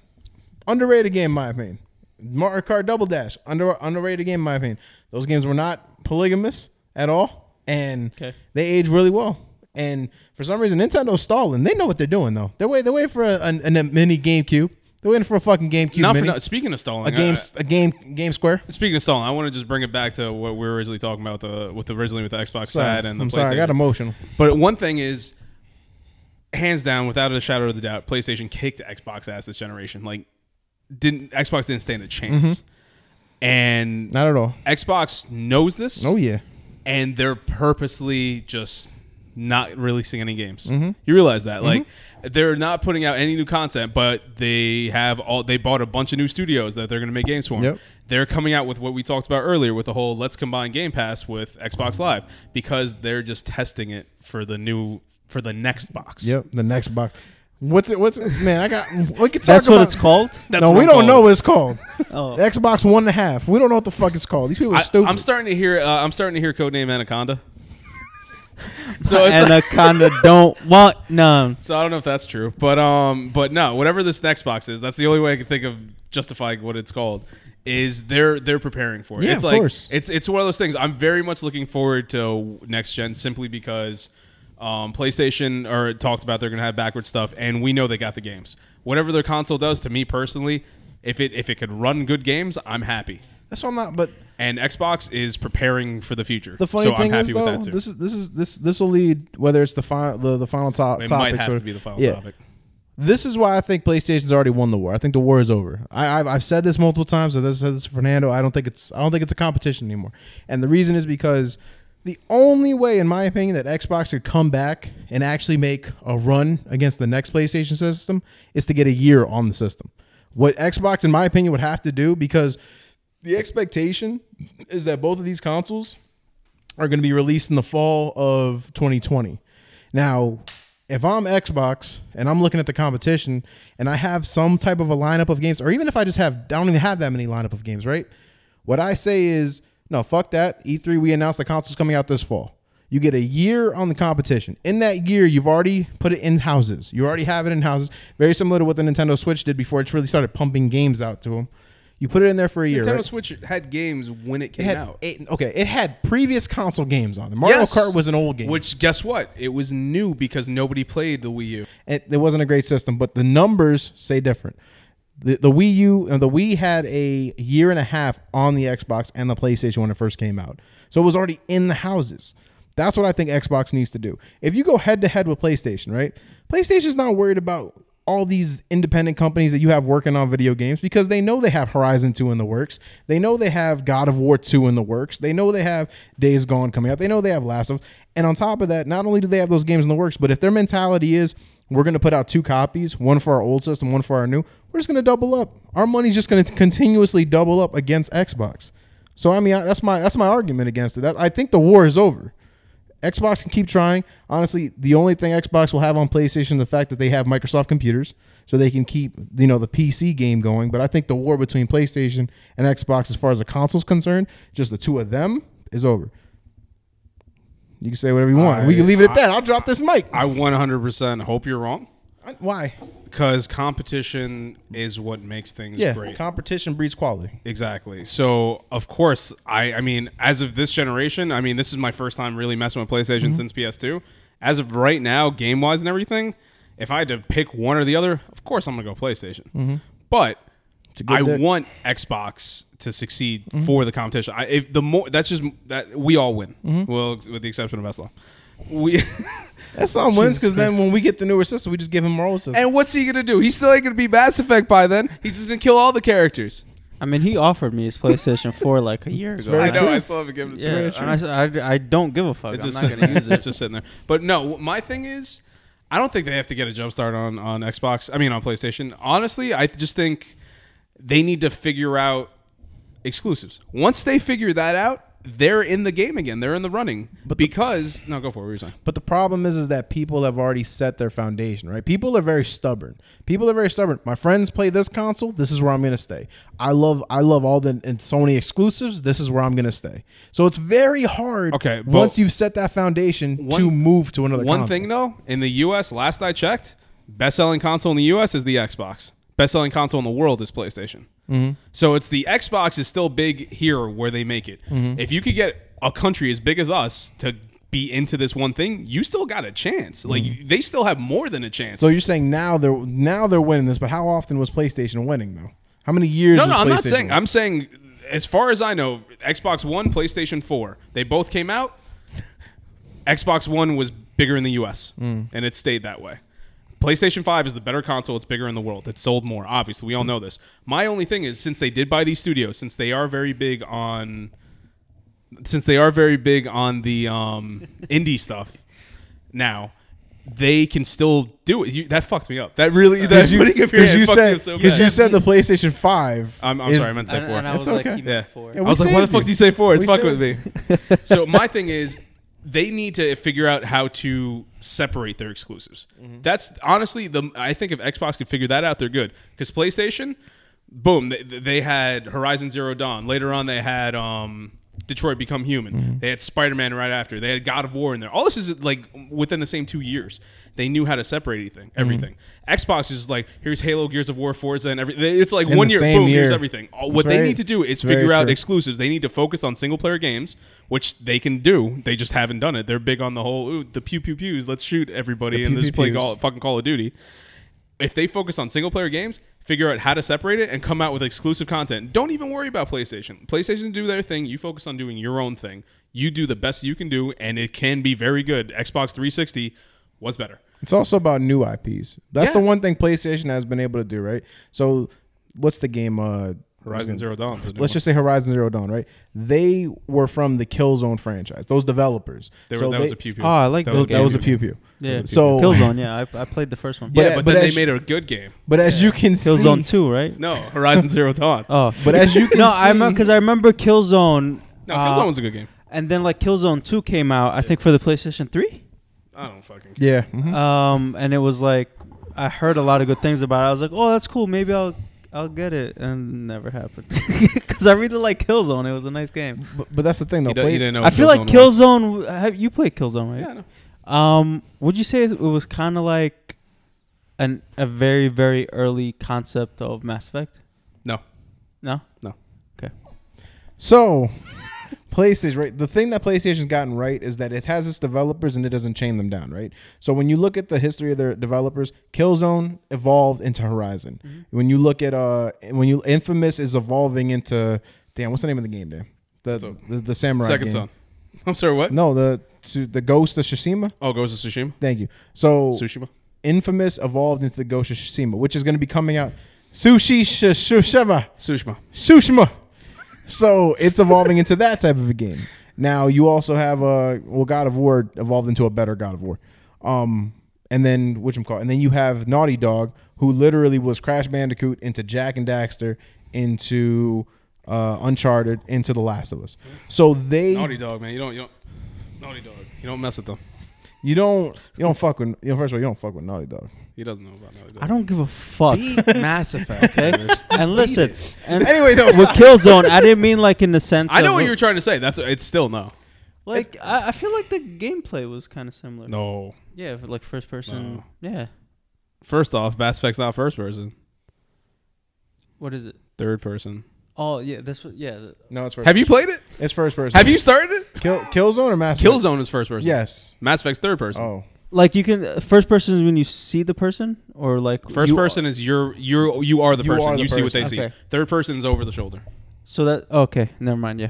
underrated game in my opinion. Mario Kart Double Dash, under underrated game in my opinion. Those games were not polygamous at all, and
Okay.
they age really well. And for some reason, Nintendo's stalling. They know what they're doing though. They're wait, they're waiting for a, an- a mini GameCube. They're waiting for a fucking GameCube
Not for uh,
mini.
no- speaking of stalling,
a game,
I-
a game, game square.
I- speaking of stalling, I want to just bring it back to what we were originally talking about the with the originally with the Xbox side and the
I'm sorry, I
PlayStation.
got emotional.
But one thing is, hands down, without a shadow of the doubt, PlayStation kicked Xbox ass this generation. Like, didn't Xbox didn't stand a chance, and
Mm-hmm. Not at all.
Xbox knows this.
Oh yeah,
and they're purposely just not releasing any games.
Mm-hmm.
You realize that, like they're not putting out any new content, but they have all. They bought a bunch of new studios that they're going to make games for. 'em.
Yep.
They're coming out with what we talked about earlier with the whole "Let's combine Game Pass with Xbox Live" because they're just testing it for the new for the next box.
yep. The next box. What's it? What's it? man? I got. We could talk
That's what
about- [LAUGHS]
it's called.
That's
no,
what
we
I'm
don't
calling
know
it.
what it's
[LAUGHS]
called.
Oh.
Xbox One and a Half. We don't know what the fuck it's called. These people are stupid.
I, am starting to hear. Uh, I'm starting to hear Codename Anaconda. [LAUGHS]
[LAUGHS]
so it's
Anaconda don't want none.
So I don't know if that's true, but um, but no, whatever this next box is, that's the only way I can think of justifying what it's called. Is they're they're preparing for it.
Yeah,
it's
of
like
course.
it's it's one of those things. I'm very much looking forward to next gen simply because um, PlayStation or it talked about they're gonna have backward stuff, and we know they got the games. Whatever their console does, to me personally, if it if it could run good games, I'm happy.
That's why I'm not. But
And Xbox is preparing for the future.
the funny
so
thing
I'm happy
is,
with
though,
that too.
this is this is this this will lead whether it's the final the, the final top
it
topic.
might have
sort
to
of-
be the final
yeah.
topic.
This is why I think PlayStation's already won the war. I think the war is over. I, I've, I've said this multiple times. I've said this to Fernando. I don't think it's I don't think it's a competition anymore. And the reason is because the only way, in my opinion, that Xbox could come back and actually make a run against the next PlayStation system is to get a year on the system. What Xbox, in my opinion, would have to do because the expectation is that both of these consoles are going to be released in the fall of 2020. Now, if I'm Xbox and I'm looking at the competition and I have some type of a lineup of games, or even if I just have, I don't even have that many lineup of games, right? What I say is, no, fuck that. E3, we announced the console's coming out this fall. You get a year on the competition. In that year, you've already put it in houses. You already have it in houses, very similar to what the Nintendo Switch did before it really started pumping games out to them. You put it in there for a year.
Nintendo
right?
Switch had games when it
It
came
had
out.
eight- okay, it had previous console games on. there. Mario
Yes.
Kart was an old game,
Which guess what? It was new because nobody played the Wii U.
it, it wasn't a great system, but the numbers say different. The, the Wii U and the Wii had a year and a half on the Xbox and the PlayStation when it first came out, so it was already in the houses. That's what I think Xbox needs to do. If you go head to head with PlayStation, right? PlayStation's not worried about all these independent companies that you have working on video games because they know they have Horizon 2 in the works. They know they have God of War 2 in the works. They know they have Days Gone coming out. They know they have Last of And on top of that, not only do they have those games in the works, but if their mentality is we're going to put out two copies, one for our old system, one for our new, we're just going to double up. Our money's just going to continuously double up against Xbox. So I mean, I- that's my that's my argument against it. That, I think the war is over. Xbox can keep trying. Honestly, the only thing Xbox will have on PlayStation is the fact that they have Microsoft computers, so they can keep you know the PC game going. But I think the war between PlayStation and Xbox, as far as the console's concerned, just the two of them is over. You can say whatever you want. we can leave it at that. I'll drop this mic.
I 100% hope you're wrong
Why?
because competition is what makes things
Yeah,
great.
competition breeds quality.
Exactly. So of course, I I mean, as of this generation, I mean, this is my first time really messing with PlayStation
Mm-hmm.
since PS2. As of right now, game wise and everything, if I had to pick one or the other, of course I'm gonna go PlayStation. But
Mm-hmm. a good Mm-hmm.
I
deck.
want Xbox to succeed for the competition. I, if the more that's just that we all win.
Mm-hmm.
Well, with the exception of Esla.
[LAUGHS]
We
That's not wins because then when we get the newer system, we just give him our old system.
and what's he gonna do? He's still ain't gonna be Mass Effect by then. He's just gonna kill all the characters.
I mean, he offered me his PlayStation 4 like a year ago.
very
I
I
know.
true.
I still haven't given it to
yeah,
him.
and I, said, I, I don't give a fuck.
It's
I'm
just
[LAUGHS]
not gonna use it.
[LAUGHS] It's just sitting there. But no, my thing is, I don't think they have to get a jump start on on Xbox. I mean, on PlayStation. Honestly, I just think they need to figure out exclusives. Once they figure that out, they're in the game again. They're in the running. But because no, go for it. What were you saying?
But the problem is, is that people have already set their foundation, right? People are very stubborn. People are very stubborn. My friends play this console. This is where I'm gonna stay. I love, I love all the and Sony exclusives. This is where I'm gonna stay. So it's very hard.
Okay, but-
once you've set that foundation
One-
to move to another.
One
console.
thing though, in the U.S., last I checked, best-selling console in the U.S. is the Xbox. Best-selling console in the world is PlayStation.
Mm-hmm.
So it's the Xbox is still big here where they make it.
Mm-hmm.
If you could get a country as big as us to be into this one thing, you still got a chance. Like
Mm-hmm.
they still have more than a chance.
So you're saying now they're now they're winning this, but how often was PlayStation winning though? How many years?
no,
was
no, I'm not
PlayStation
saying.
winning?
I'm saying, as far as I know, Xbox One, PlayStation Four, they both came out. Xbox One was bigger in the U.S.
Hmm.
and it stayed that way. PlayStation Five is the better console. It's bigger in the world. It's sold more. Obviously, we all know this. My only thing is, since they did buy these studios, since they are very big on, since they are very big on
[LAUGHS]
the um, indie stuff, now. They can still do it. You, that fucked me up. That really, [LAUGHS] that
you,
putting up your
'cause
hand
you
fucked me
said
up so
because
bad.
you said the PlayStation Five.
I'm, I'm
is-
sorry, I meant to say
And,
four.
and I
It's okay.
was like, he
Yeah.
meant
Yeah,
four.
we
I was like, why the
saved
fuck
you.
do you say four? It's
We
fucking with me.
saved [LAUGHS]
so my thing is, they need to figure out how to separate their exclusives.
Mm-hmm.
That's honestly the. I think if Xbox could figure that out, they're good. Because PlayStation, boom, they, they had Horizon Zero Dawn. Later on, they had um, Detroit Become Human.
Mm-hmm.
They had Spider Man right after. They had God of War in there. All this is like within the same two years. They knew how to separate anything, everything.
Mm-hmm.
Xbox is like, here's Halo, Gears of War, Forza, and everything. It's like
In
one
the
year,
same
boom, here's
year.
everything. All-
That's
what they
right.
need to do is
It's very
figure out
true.
exclusives. They need to focus on single player games, which they can do. They just haven't done it. They're big on the whole ooh, the pew pew pews. Let's shoot everybody
The
and
pew
let's
pew
play
pews.
Call, fucking Call of Duty. If they focus on single player games, figure out how to separate it and come out with exclusive content. Don't even worry about PlayStation. PlayStation do their thing. You focus on doing your own thing. You do the best you can do, and it can be very good. Xbox 360 was better.
It's also about new IPs. That's
Yeah.
the one thing PlayStation has been able to do, right? So, what's the game? Uh,
Horizon Zero Dawn.
Let's just say Horizon Zero Dawn, right? They were from the Killzone franchise. Those developers.
they were,
So
that was
they-
a pew pew.
Oh, I like
That
those
was
That was a
pew-pew.
pew pew.
Yeah.
So,
Killzone. Yeah, I, I played the first one.
Yeah.
Yeah, but,
but
then
as-
they made a good game.
[LAUGHS] but as you can see,
Killzone Two, right?
No, Horizon Zero Dawn.
Oh,
But as you can
[LAUGHS] no, I remember
see-
because I remember Killzone.
No,
uh,
Killzone was a good game.
and then like Killzone Two came out, I think for the PlayStation Three.
I don't fucking.
Yeah. mhm.
Um, and it was like I heard a lot of good things about it. I was like, oh, that's cool. Maybe I'll I'll get it, and it never happened [LAUGHS] because I really like Killzone. It was a nice game.
but, but that's the thing, though.
He, do- he
Play-
didn't know.
I feel like
was.
Killzone. Have you played Killzone, right?
Yeah, I know.
Um, would you say it was kind of like an a very very early concept of Mass Effect?
No.
No.
No.
Okay.
So, PlayStation, right? The thing that PlayStation's gotten right is that it has its developers and it doesn't chain them down, right? So when you look at the history of their developers, Killzone evolved into Horizon.
Mm-hmm.
When you look at uh, when you Infamous is evolving into damn, what's the name of the game? Damn, the
So-
the, the samurai
Second
game.
Son. I'm sorry, what?
No, the to the Ghost of Tsushima.
Oh, goes to Tsushima.
Thank you. So
Tsushima.
Infamous evolved into the Ghost of Tsushima, which is going to be coming out. Sushi Sh- Tsushima.
Tsushima.
Sushma. So it's evolving into that type of a game. Now you also have uh well God of War evolved into a better God of War. Um and then which I'm and then you have Naughty Dog who literally was Crash Bandicoot into Jack and Daxter into uh Uncharted into The Last of Us. So they
Naughty Dog, man. You don't. You don't. Naughty Dog. You don't mess with them.
you don't you don't fuck with you know first of all you don't fuck with Naughty Dog. [LAUGHS]
He doesn't know about Naughty Dog.
I don't give a fuck.
Mass Effect.
[LAUGHS] Okay. and listen, and
Anyway, that was
[LAUGHS] with Killzone, I didn't mean like in the sense.
I know
of,
what you were trying to say. That's it's still no.
Like I, I feel like the gameplay was kind of similar.
No.
Yeah, for, like first person.
No.
Yeah.
First off, Mass Effect's not first person.
What is it?
Third person.
Oh yeah, this was yeah. the-
No, it's first
Have you played it?
it's first person.
Have you
[LAUGHS]
started it?
Kill Killzone or Mass Effect?
Killzone is first person.
Yes.
Mass Effect's third person.
Oh.
Like you can uh, first person is when you see the person or like
First
you-
person is you're you're you are the
You
person.
are the
you see what they
person.
see.
Okay.
Third person is over the shoulder.
So that okay, never mind. Yeah,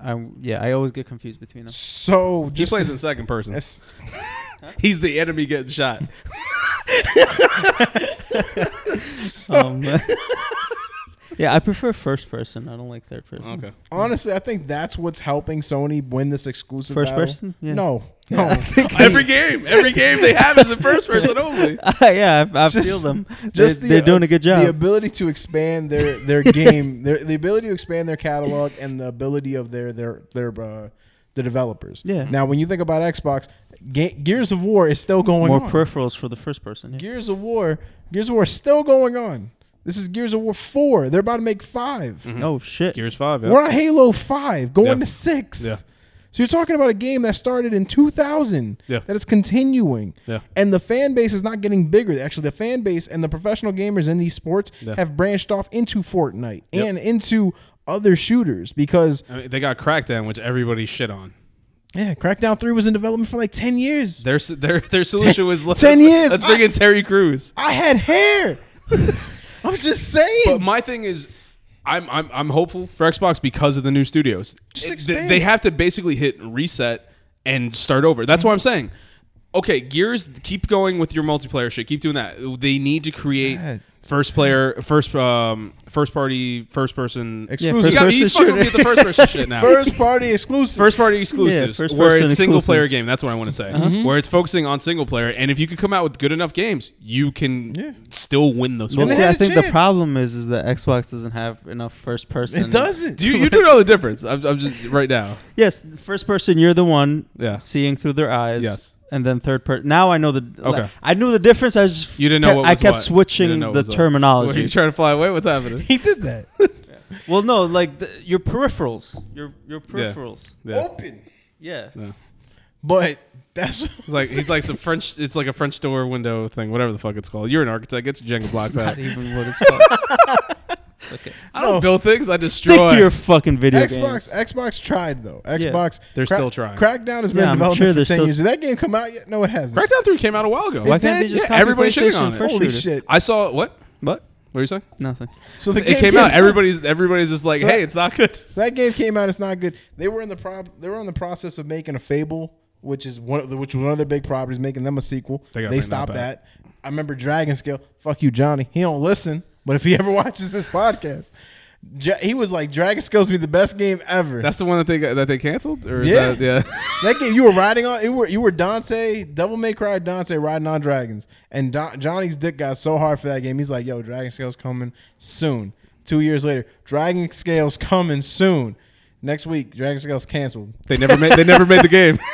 I yeah I always get confused between them.
So
He
just
plays in second person.
Yes.
He's the enemy getting shot.
Um, [LAUGHS] yeah, I prefer first person. I don't like third person. [LAUGHS]
Okay.
Honestly, I think that's what's helping Sony win this exclusive.
First
battle.
person? Yeah.
No, no.
[LAUGHS]
[LAUGHS]
Every game, every game they have is in first person [LAUGHS] only.
yeah, I, I
Just-
feel
[LAUGHS]
them.
[LAUGHS] just
they,
the, uh,
are doing a good
The
job.
ability to expand their
[LAUGHS]
their game, their, the ability to expand their catalog, and the ability of their their their uh, the developers.
Yeah.
Now, when you think about Xbox, Ge- Gears of War is still going
More
on.
peripherals for the first person. Yeah.
Gears of War, Gears of War is still going on. This is Gears of War four. They're about to make 5
No Oh, shit.
Gears five.
We're on Halo Five, going
Yeah.
to six.
Yeah.
So you're talking about a game that started in 2000
Yeah.
that is continuing,
Yeah.
and the fan base is not getting bigger. Actually, the fan base and the professional gamers in these sports
Yeah.
have branched off into Fortnite
Yep.
and into other shooters because
I mean, they got Crackdown, which everybody shit on.
yeah, Crackdown Three was in development for like 10 years.
Their s- their their solution [LAUGHS] was let's,
10 years.
Let's bring in Terry Crews.
I had hair. [LAUGHS] I'm just
But
saying.
my thing is, I'm I'm I'm hopeful for Xbox because of the new studios.
Just
It- th-
expand.
they have to basically hit reset and start over. That's what I'm saying. Okay, Gears, keep going with your multiplayer shit. Keep doing that. They need to create
bad.
first player, first um, first party, first person.
Exclusive.
Yeah,
You
first
got-
person
he's fucking
shooter.
with the first person shit now.
[LAUGHS] First party exclusive.
First party exclusives,
first
where
person
it's single player
exclusives.
game. That's what I want to say. Where it's focusing on single player, and if you could come out with good enough games, you can
Yeah.
still win those.
Well,
And they
ones.
see,
had
I
a
think
chance.
the problem is is that Xbox doesn't have enough first person.
it doesn't.
Do you, you do know the difference? I'm, I'm just right now.
Yes, first person, you're the one
Yeah.
seeing through their eyes.
Yes.
And then third person. Now I know the.
Okay.
like, I knew the difference. I just
You didn't know
kept-
what
I
was
kept
what. You didn't
switching
know what
the
was what. Were you
terminology.
trying to fly away?
[LAUGHS]
What's happening?
[LAUGHS] he did that.
well, no, like the, your peripherals, your your peripherals.
[LAUGHS] Yeah.
Open.
Yeah.
Yeah.
But that's
It's like he's like some French. It's like a French door window thing, whatever the fuck it's called. You're an architect. Get your Jenga blocks out.
Not even
[LAUGHS]
what it's called. okay.
I don't
No.
build things. I destroy.
Stick to your fucking video
Xbox
games.
Xbox tried though. Xbox
They're still trying.
Crackdown has been
Yeah,
in
I'm
development
sure
for ten
they're still-
years. Did that game come out yet? No, it hasn't.
Crackdown Three came out a while ago.
Why can't
did?
they just
Yeah,
copy
everybody's shitting
PlayStation
on it.
first
Holy
shooter?
shit!
I saw what?
What?
What are you saying?
Nothing.
So the
It
game
came out. Everybody's everybody's just like,
So-
hey, it's not good.
so that game came out. It's not good. They were in the prob. They were in the process of making a Fable, which is one of the, which was one of their big properties, making them a sequel. They,
They gotta bring that
stopped
back.
that. I remember Dragon Scale. Fuck you, Johnny. He don't listen, but if he ever [LAUGHS] watches this podcast, Ja- he was like, "Dragon Scale's be the best game ever."
That's the one that they got, that they canceled, or
Yeah.
is that, yeah. [LAUGHS]
[LAUGHS] That game you were riding on. You were you were Dante, Devil May Cry Dante riding on dragons, and Don, Johnny's dick got so hard for that game. He's like, "Yo, Dragon Scale's coming soon." Two years later, Dragon Scale's coming soon. Next week, Dragon Scale's canceled.
They never made. They never made the game. [LAUGHS]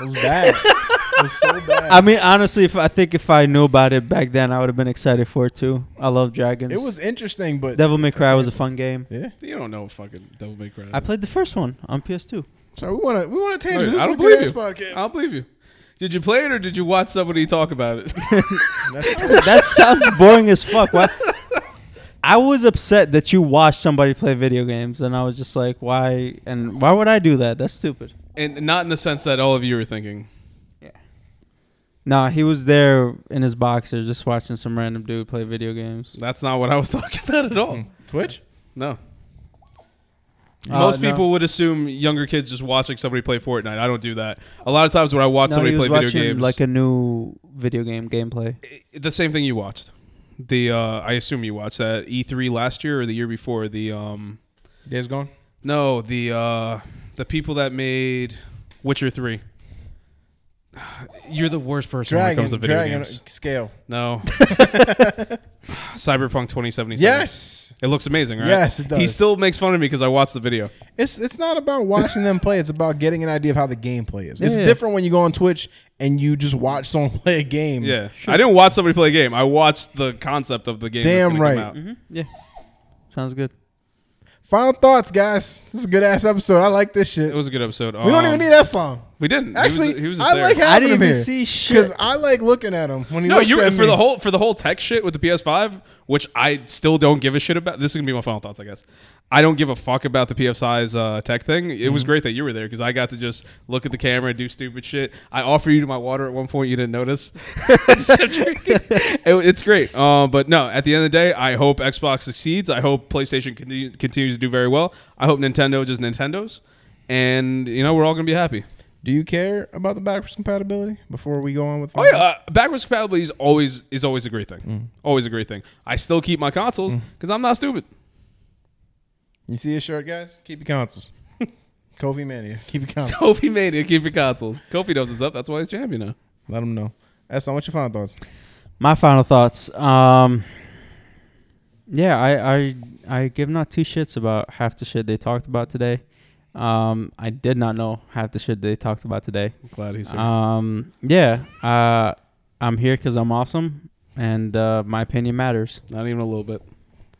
It was bad. it was so bad.
I mean, honestly, if I think if I knew about it back then, I would have been excited for it too. I love dragons.
it was interesting, but
Devil May Cry was a fun game.
yeah.
you don't know fucking Devil May Cry.
I played the first one on PS2.
So we want to we want to
No,
tangent. this
I
is
don't
a good
believe
ass
you.
podcast.
I don't believe you. Did you play it or did you watch somebody talk about it? [LAUGHS]
That's-
That sounds boring as fuck. Why? I was upset that you watched somebody play video games, and I was just like, why? And why would I do that? That's stupid.
and not in the sense that all of you are thinking.
Nah, he was there in his boxer just watching some random dude play video games.
That's not what I was [LAUGHS] talking about at all.
Hmm. Twitch?
No.
Uh,
Most
no.
people would assume younger kids just watching somebody play Fortnite. I don't do that. A lot of times when I watch
No,
somebody
he was
play video
watching,
games,
like a new video game gameplay.
i- the same thing you watched. The uh, I assume you watched that E3 last year or the year before. The um,
Days gone.
no, the uh, the people that made Witcher Three. [SIGHS] You're the worst person when it
Dragon.
comes to video
Dragon
games.
scale. [LAUGHS]
No. Cyberpunk 2077.
Yes.
It looks amazing, right?
Yes, it
He
does. Mm,
still makes fun of me because I watched the video.
It's it's not about watching them play. It's about getting an idea of how the gameplay is. It's
Yeah.
different when you go on Twitch and you just watch someone [LAUGHS] play a game.
Yeah. I didn't watch somebody play a game. I watched the concept of the game. that's
Damn
gonna
right.
Come out.
Mm-hmm. Yeah, sounds good.
Final thoughts, guys. This is a good ass episode. I like this shit.
It was a good episode.
we don't
Um,
even need Eslam.
We didn't.
Actually,
he was, he was just
I
there.
like
I
having
didn't
him
even
here
see shit.
because I like looking at him when he
No,
looks
you
at
for
me.
the whole for the whole tech shit with the PS5, which I still don't give a shit about. This is gonna be my final thoughts, I guess. I don't give a fuck about the PS5's uh, tech thing. It was great that you were there because I got to just look at the camera and do stupid shit. I offered you my water at one point. You didn't notice. [LAUGHS] I just kept drinking. It- it's great. Um, but no, at the end of the day, I hope Xbox succeeds. I hope PlayStation continue, continues to do very well. I hope Nintendo just Nintendo's. And, you know, we're all going to be happy.
Do you care about the backwards compatibility before we go on with?
Oh yeah, uh, backwards compatibility is always is always a great thing. Always a great thing. I still keep my consoles because I'm not stupid. [LAUGHS]
You see his shirt, guys? Keep your
[LAUGHS]
consoles. Kofi Mania. Keep your consoles.
Kofi made it. Keep your consoles. Kofi knows what's up. That's why he's champion now.
Let him know. Eslam, what's your final thoughts?
My final thoughts. Um, yeah, I, I I give not two shits about half the shit they talked about today. Um, I did not know half the shit they talked about today.
glad he's here.
Um, yeah, uh, I'm here because I'm awesome, and uh, my opinion matters.
not even a little bit.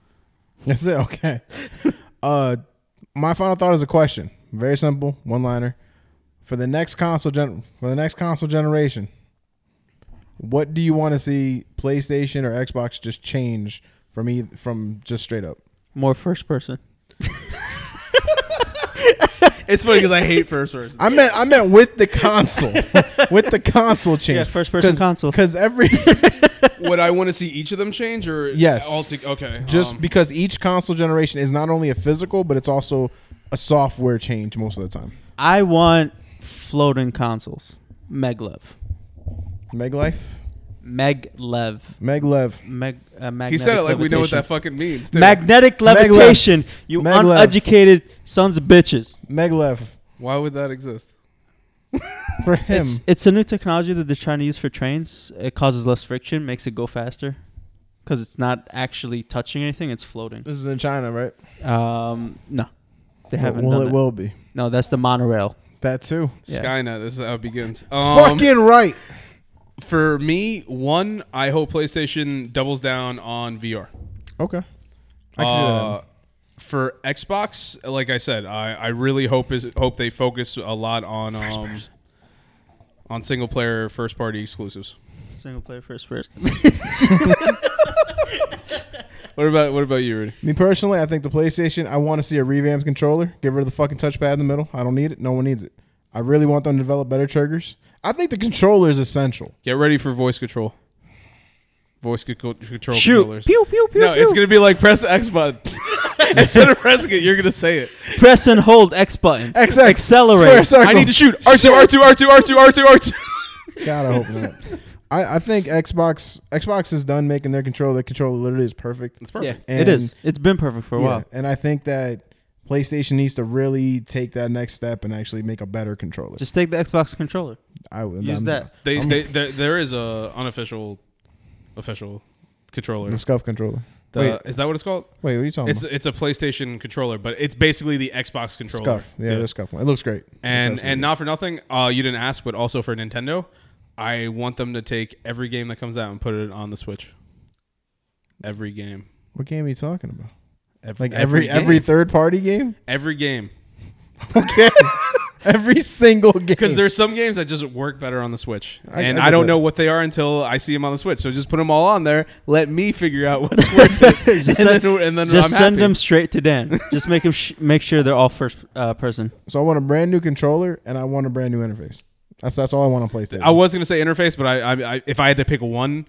[LAUGHS] That's it. Okay. uh, my final thought is a question. Very simple, one liner. For the next console gen- for the next console generation, what do you want to see PlayStation or Xbox just change from e- from just straight up?
More first person.
It's funny because I hate first person.
I meant I meant with the
[LAUGHS]
console, with the console change.
Yeah, first person console.
Because
[LAUGHS]
every
[LAUGHS] Would I want to see each of them change or
Yes.
All to, okay.
just
um,
because each console generation is not only a physical but it's also a software change most of the time.
I want floating consoles. Meglev.
Meg Life,
Meglev.
Meg Lev.
Meg. Uh,
he said it like we know what that fucking means. Too.
Magnetic
Maglev.
levitation, you
Maglev.
uneducated sons of bitches.
Maglev
why would that exist?
for him.
It's it's a new technology that they're trying to use for trains. It causes less friction, makes it go faster, because it's not actually touching anything; it's floating.
this is in China, right?
Um, no, they haven't.
well,
done
it, will be
No, that's the monorail.
that too.
Yeah. Um,
Skynet. This is how it begins. Um,
Fucking right.
For me, one, I hope PlayStation doubles down on VR.
Okay. I can see that.
Uh, for Xbox, like I said, I, I really hope is hope they focus a lot on um, on single player first party exclusives.
Single player first
What about what about you, Rudy?
Me personally, I think the PlayStation. I want to see a revamped controller. Get rid of the fucking touchpad in the middle. I don't need it. No one needs it. I really want them to develop better triggers. I think the controller is essential.
Get ready for voice control. Voice co- co- control
[LAUGHS] Shoot!
controllers.
Pew pew pew.
no, it's
pew.
gonna be like press X button [LAUGHS] instead of pressing it. You're gonna say it.
press and hold X button.
XX. Square
Accelerate.
circle.
I need to shoot R two R two R two R two R two R two.
God, I hope not. [LAUGHS] I, I think Xbox Xbox is done making their controller. Their controller literally is perfect.
It's
Yeah,
perfect.
it is. It's been perfect for a
Yeah,
while.
And I think that PlayStation needs to really take that next step and actually make a better controller.
Just take the Xbox controller.
I would
Use
I'm-
that.
They,
I'm-
they, there, there is a unofficial, official controller.
The scuff controller.
The-
wait.
is that what it's called?
Wait, what are you talking
It's it's a PlayStation controller, but it's basically the Xbox
about?
controller.
Scuff. Yeah, the scuff one. It looks great.
and
It's absolutely-
and not for nothing, uh, you didn't ask, but also for Nintendo, I want them to take every game that comes out and put it on the Switch. Every game,
what game are you talking about?
Ev-
Like every every,
game.
third party game?
every game.
Okay. [LAUGHS] Every single game.
Because there's some games that just work better on the Switch,
I-
and
I
I,
get
don't
that.
know what they are until I see them on the Switch. So just put them all on there. Let me figure out
[LAUGHS]
what's [LAUGHS] worth it,
Just
and,
send-
then, and then
Just
I'm
send
happy.
them straight to Dan. Just make 'em sh- make sure they're all first uh, person.
so I want a brand new controller and I want a brand new interface. That's that's all I want on PlayStation.
I was gonna say interface, but I, I, I if I had to pick one,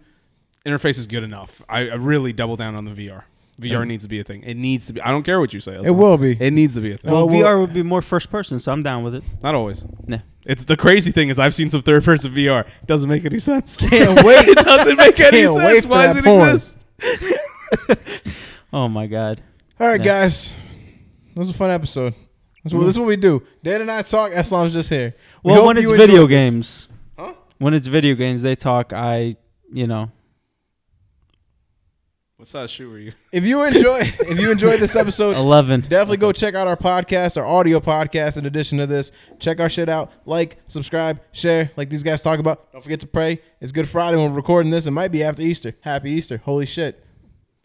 interface is good enough. I, I really double down on the VR. VR needs to be a thing. It needs to be. I don't care what you say.
it will be.
It needs to be a thing.
Well,
Well,
VR
well-
would be more first person, so I'm down with it.
Not always.
Nah.
It's the crazy thing is I've seen some third person VR. It doesn't make any
[LAUGHS] [LAUGHS]
sense.
Can't wait.
it [LAUGHS] doesn't make any
Can't wait
sense.
for
Why does
that
it
porn.
exist?
Oh my god.
All right,
Yeah.
guys. That was a fun episode. That's what, this is what we do. Dan and I talk. Eslam's just here. We
Well,
hope
when it's
you enjoyed
video
this.
games,
Huh?
when it's video games, they talk. I, you know,
What size shoe were you?
If you enjoy, [LAUGHS] if you enjoyed this
[LAUGHS]
episode,
eleven.
Definitely go check out our podcast, our audio podcast. In addition to this, check our shit out. Like, subscribe, share. Like these guys talk about. Don't forget to pray. It's Good Friday when we're recording this. It might be after Easter. Happy Easter! Holy shit!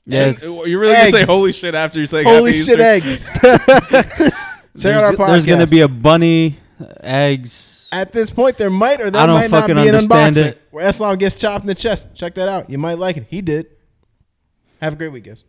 Yeah, it's-
You're really gonna say
Eggs.
holy shit after you say
Holy
happy
shit!
Easter?
Eggs. [LAUGHS] check
[LAUGHS]
out our
There's-
podcast.
There's gonna be a bunny, uh, eggs.
At this point, there might or
I
there
don't
might not be
fucking
an
understand
unboxing
it.
where Islam gets chopped in the chest. Check that out. You might like it. He did. Have a great week, guys.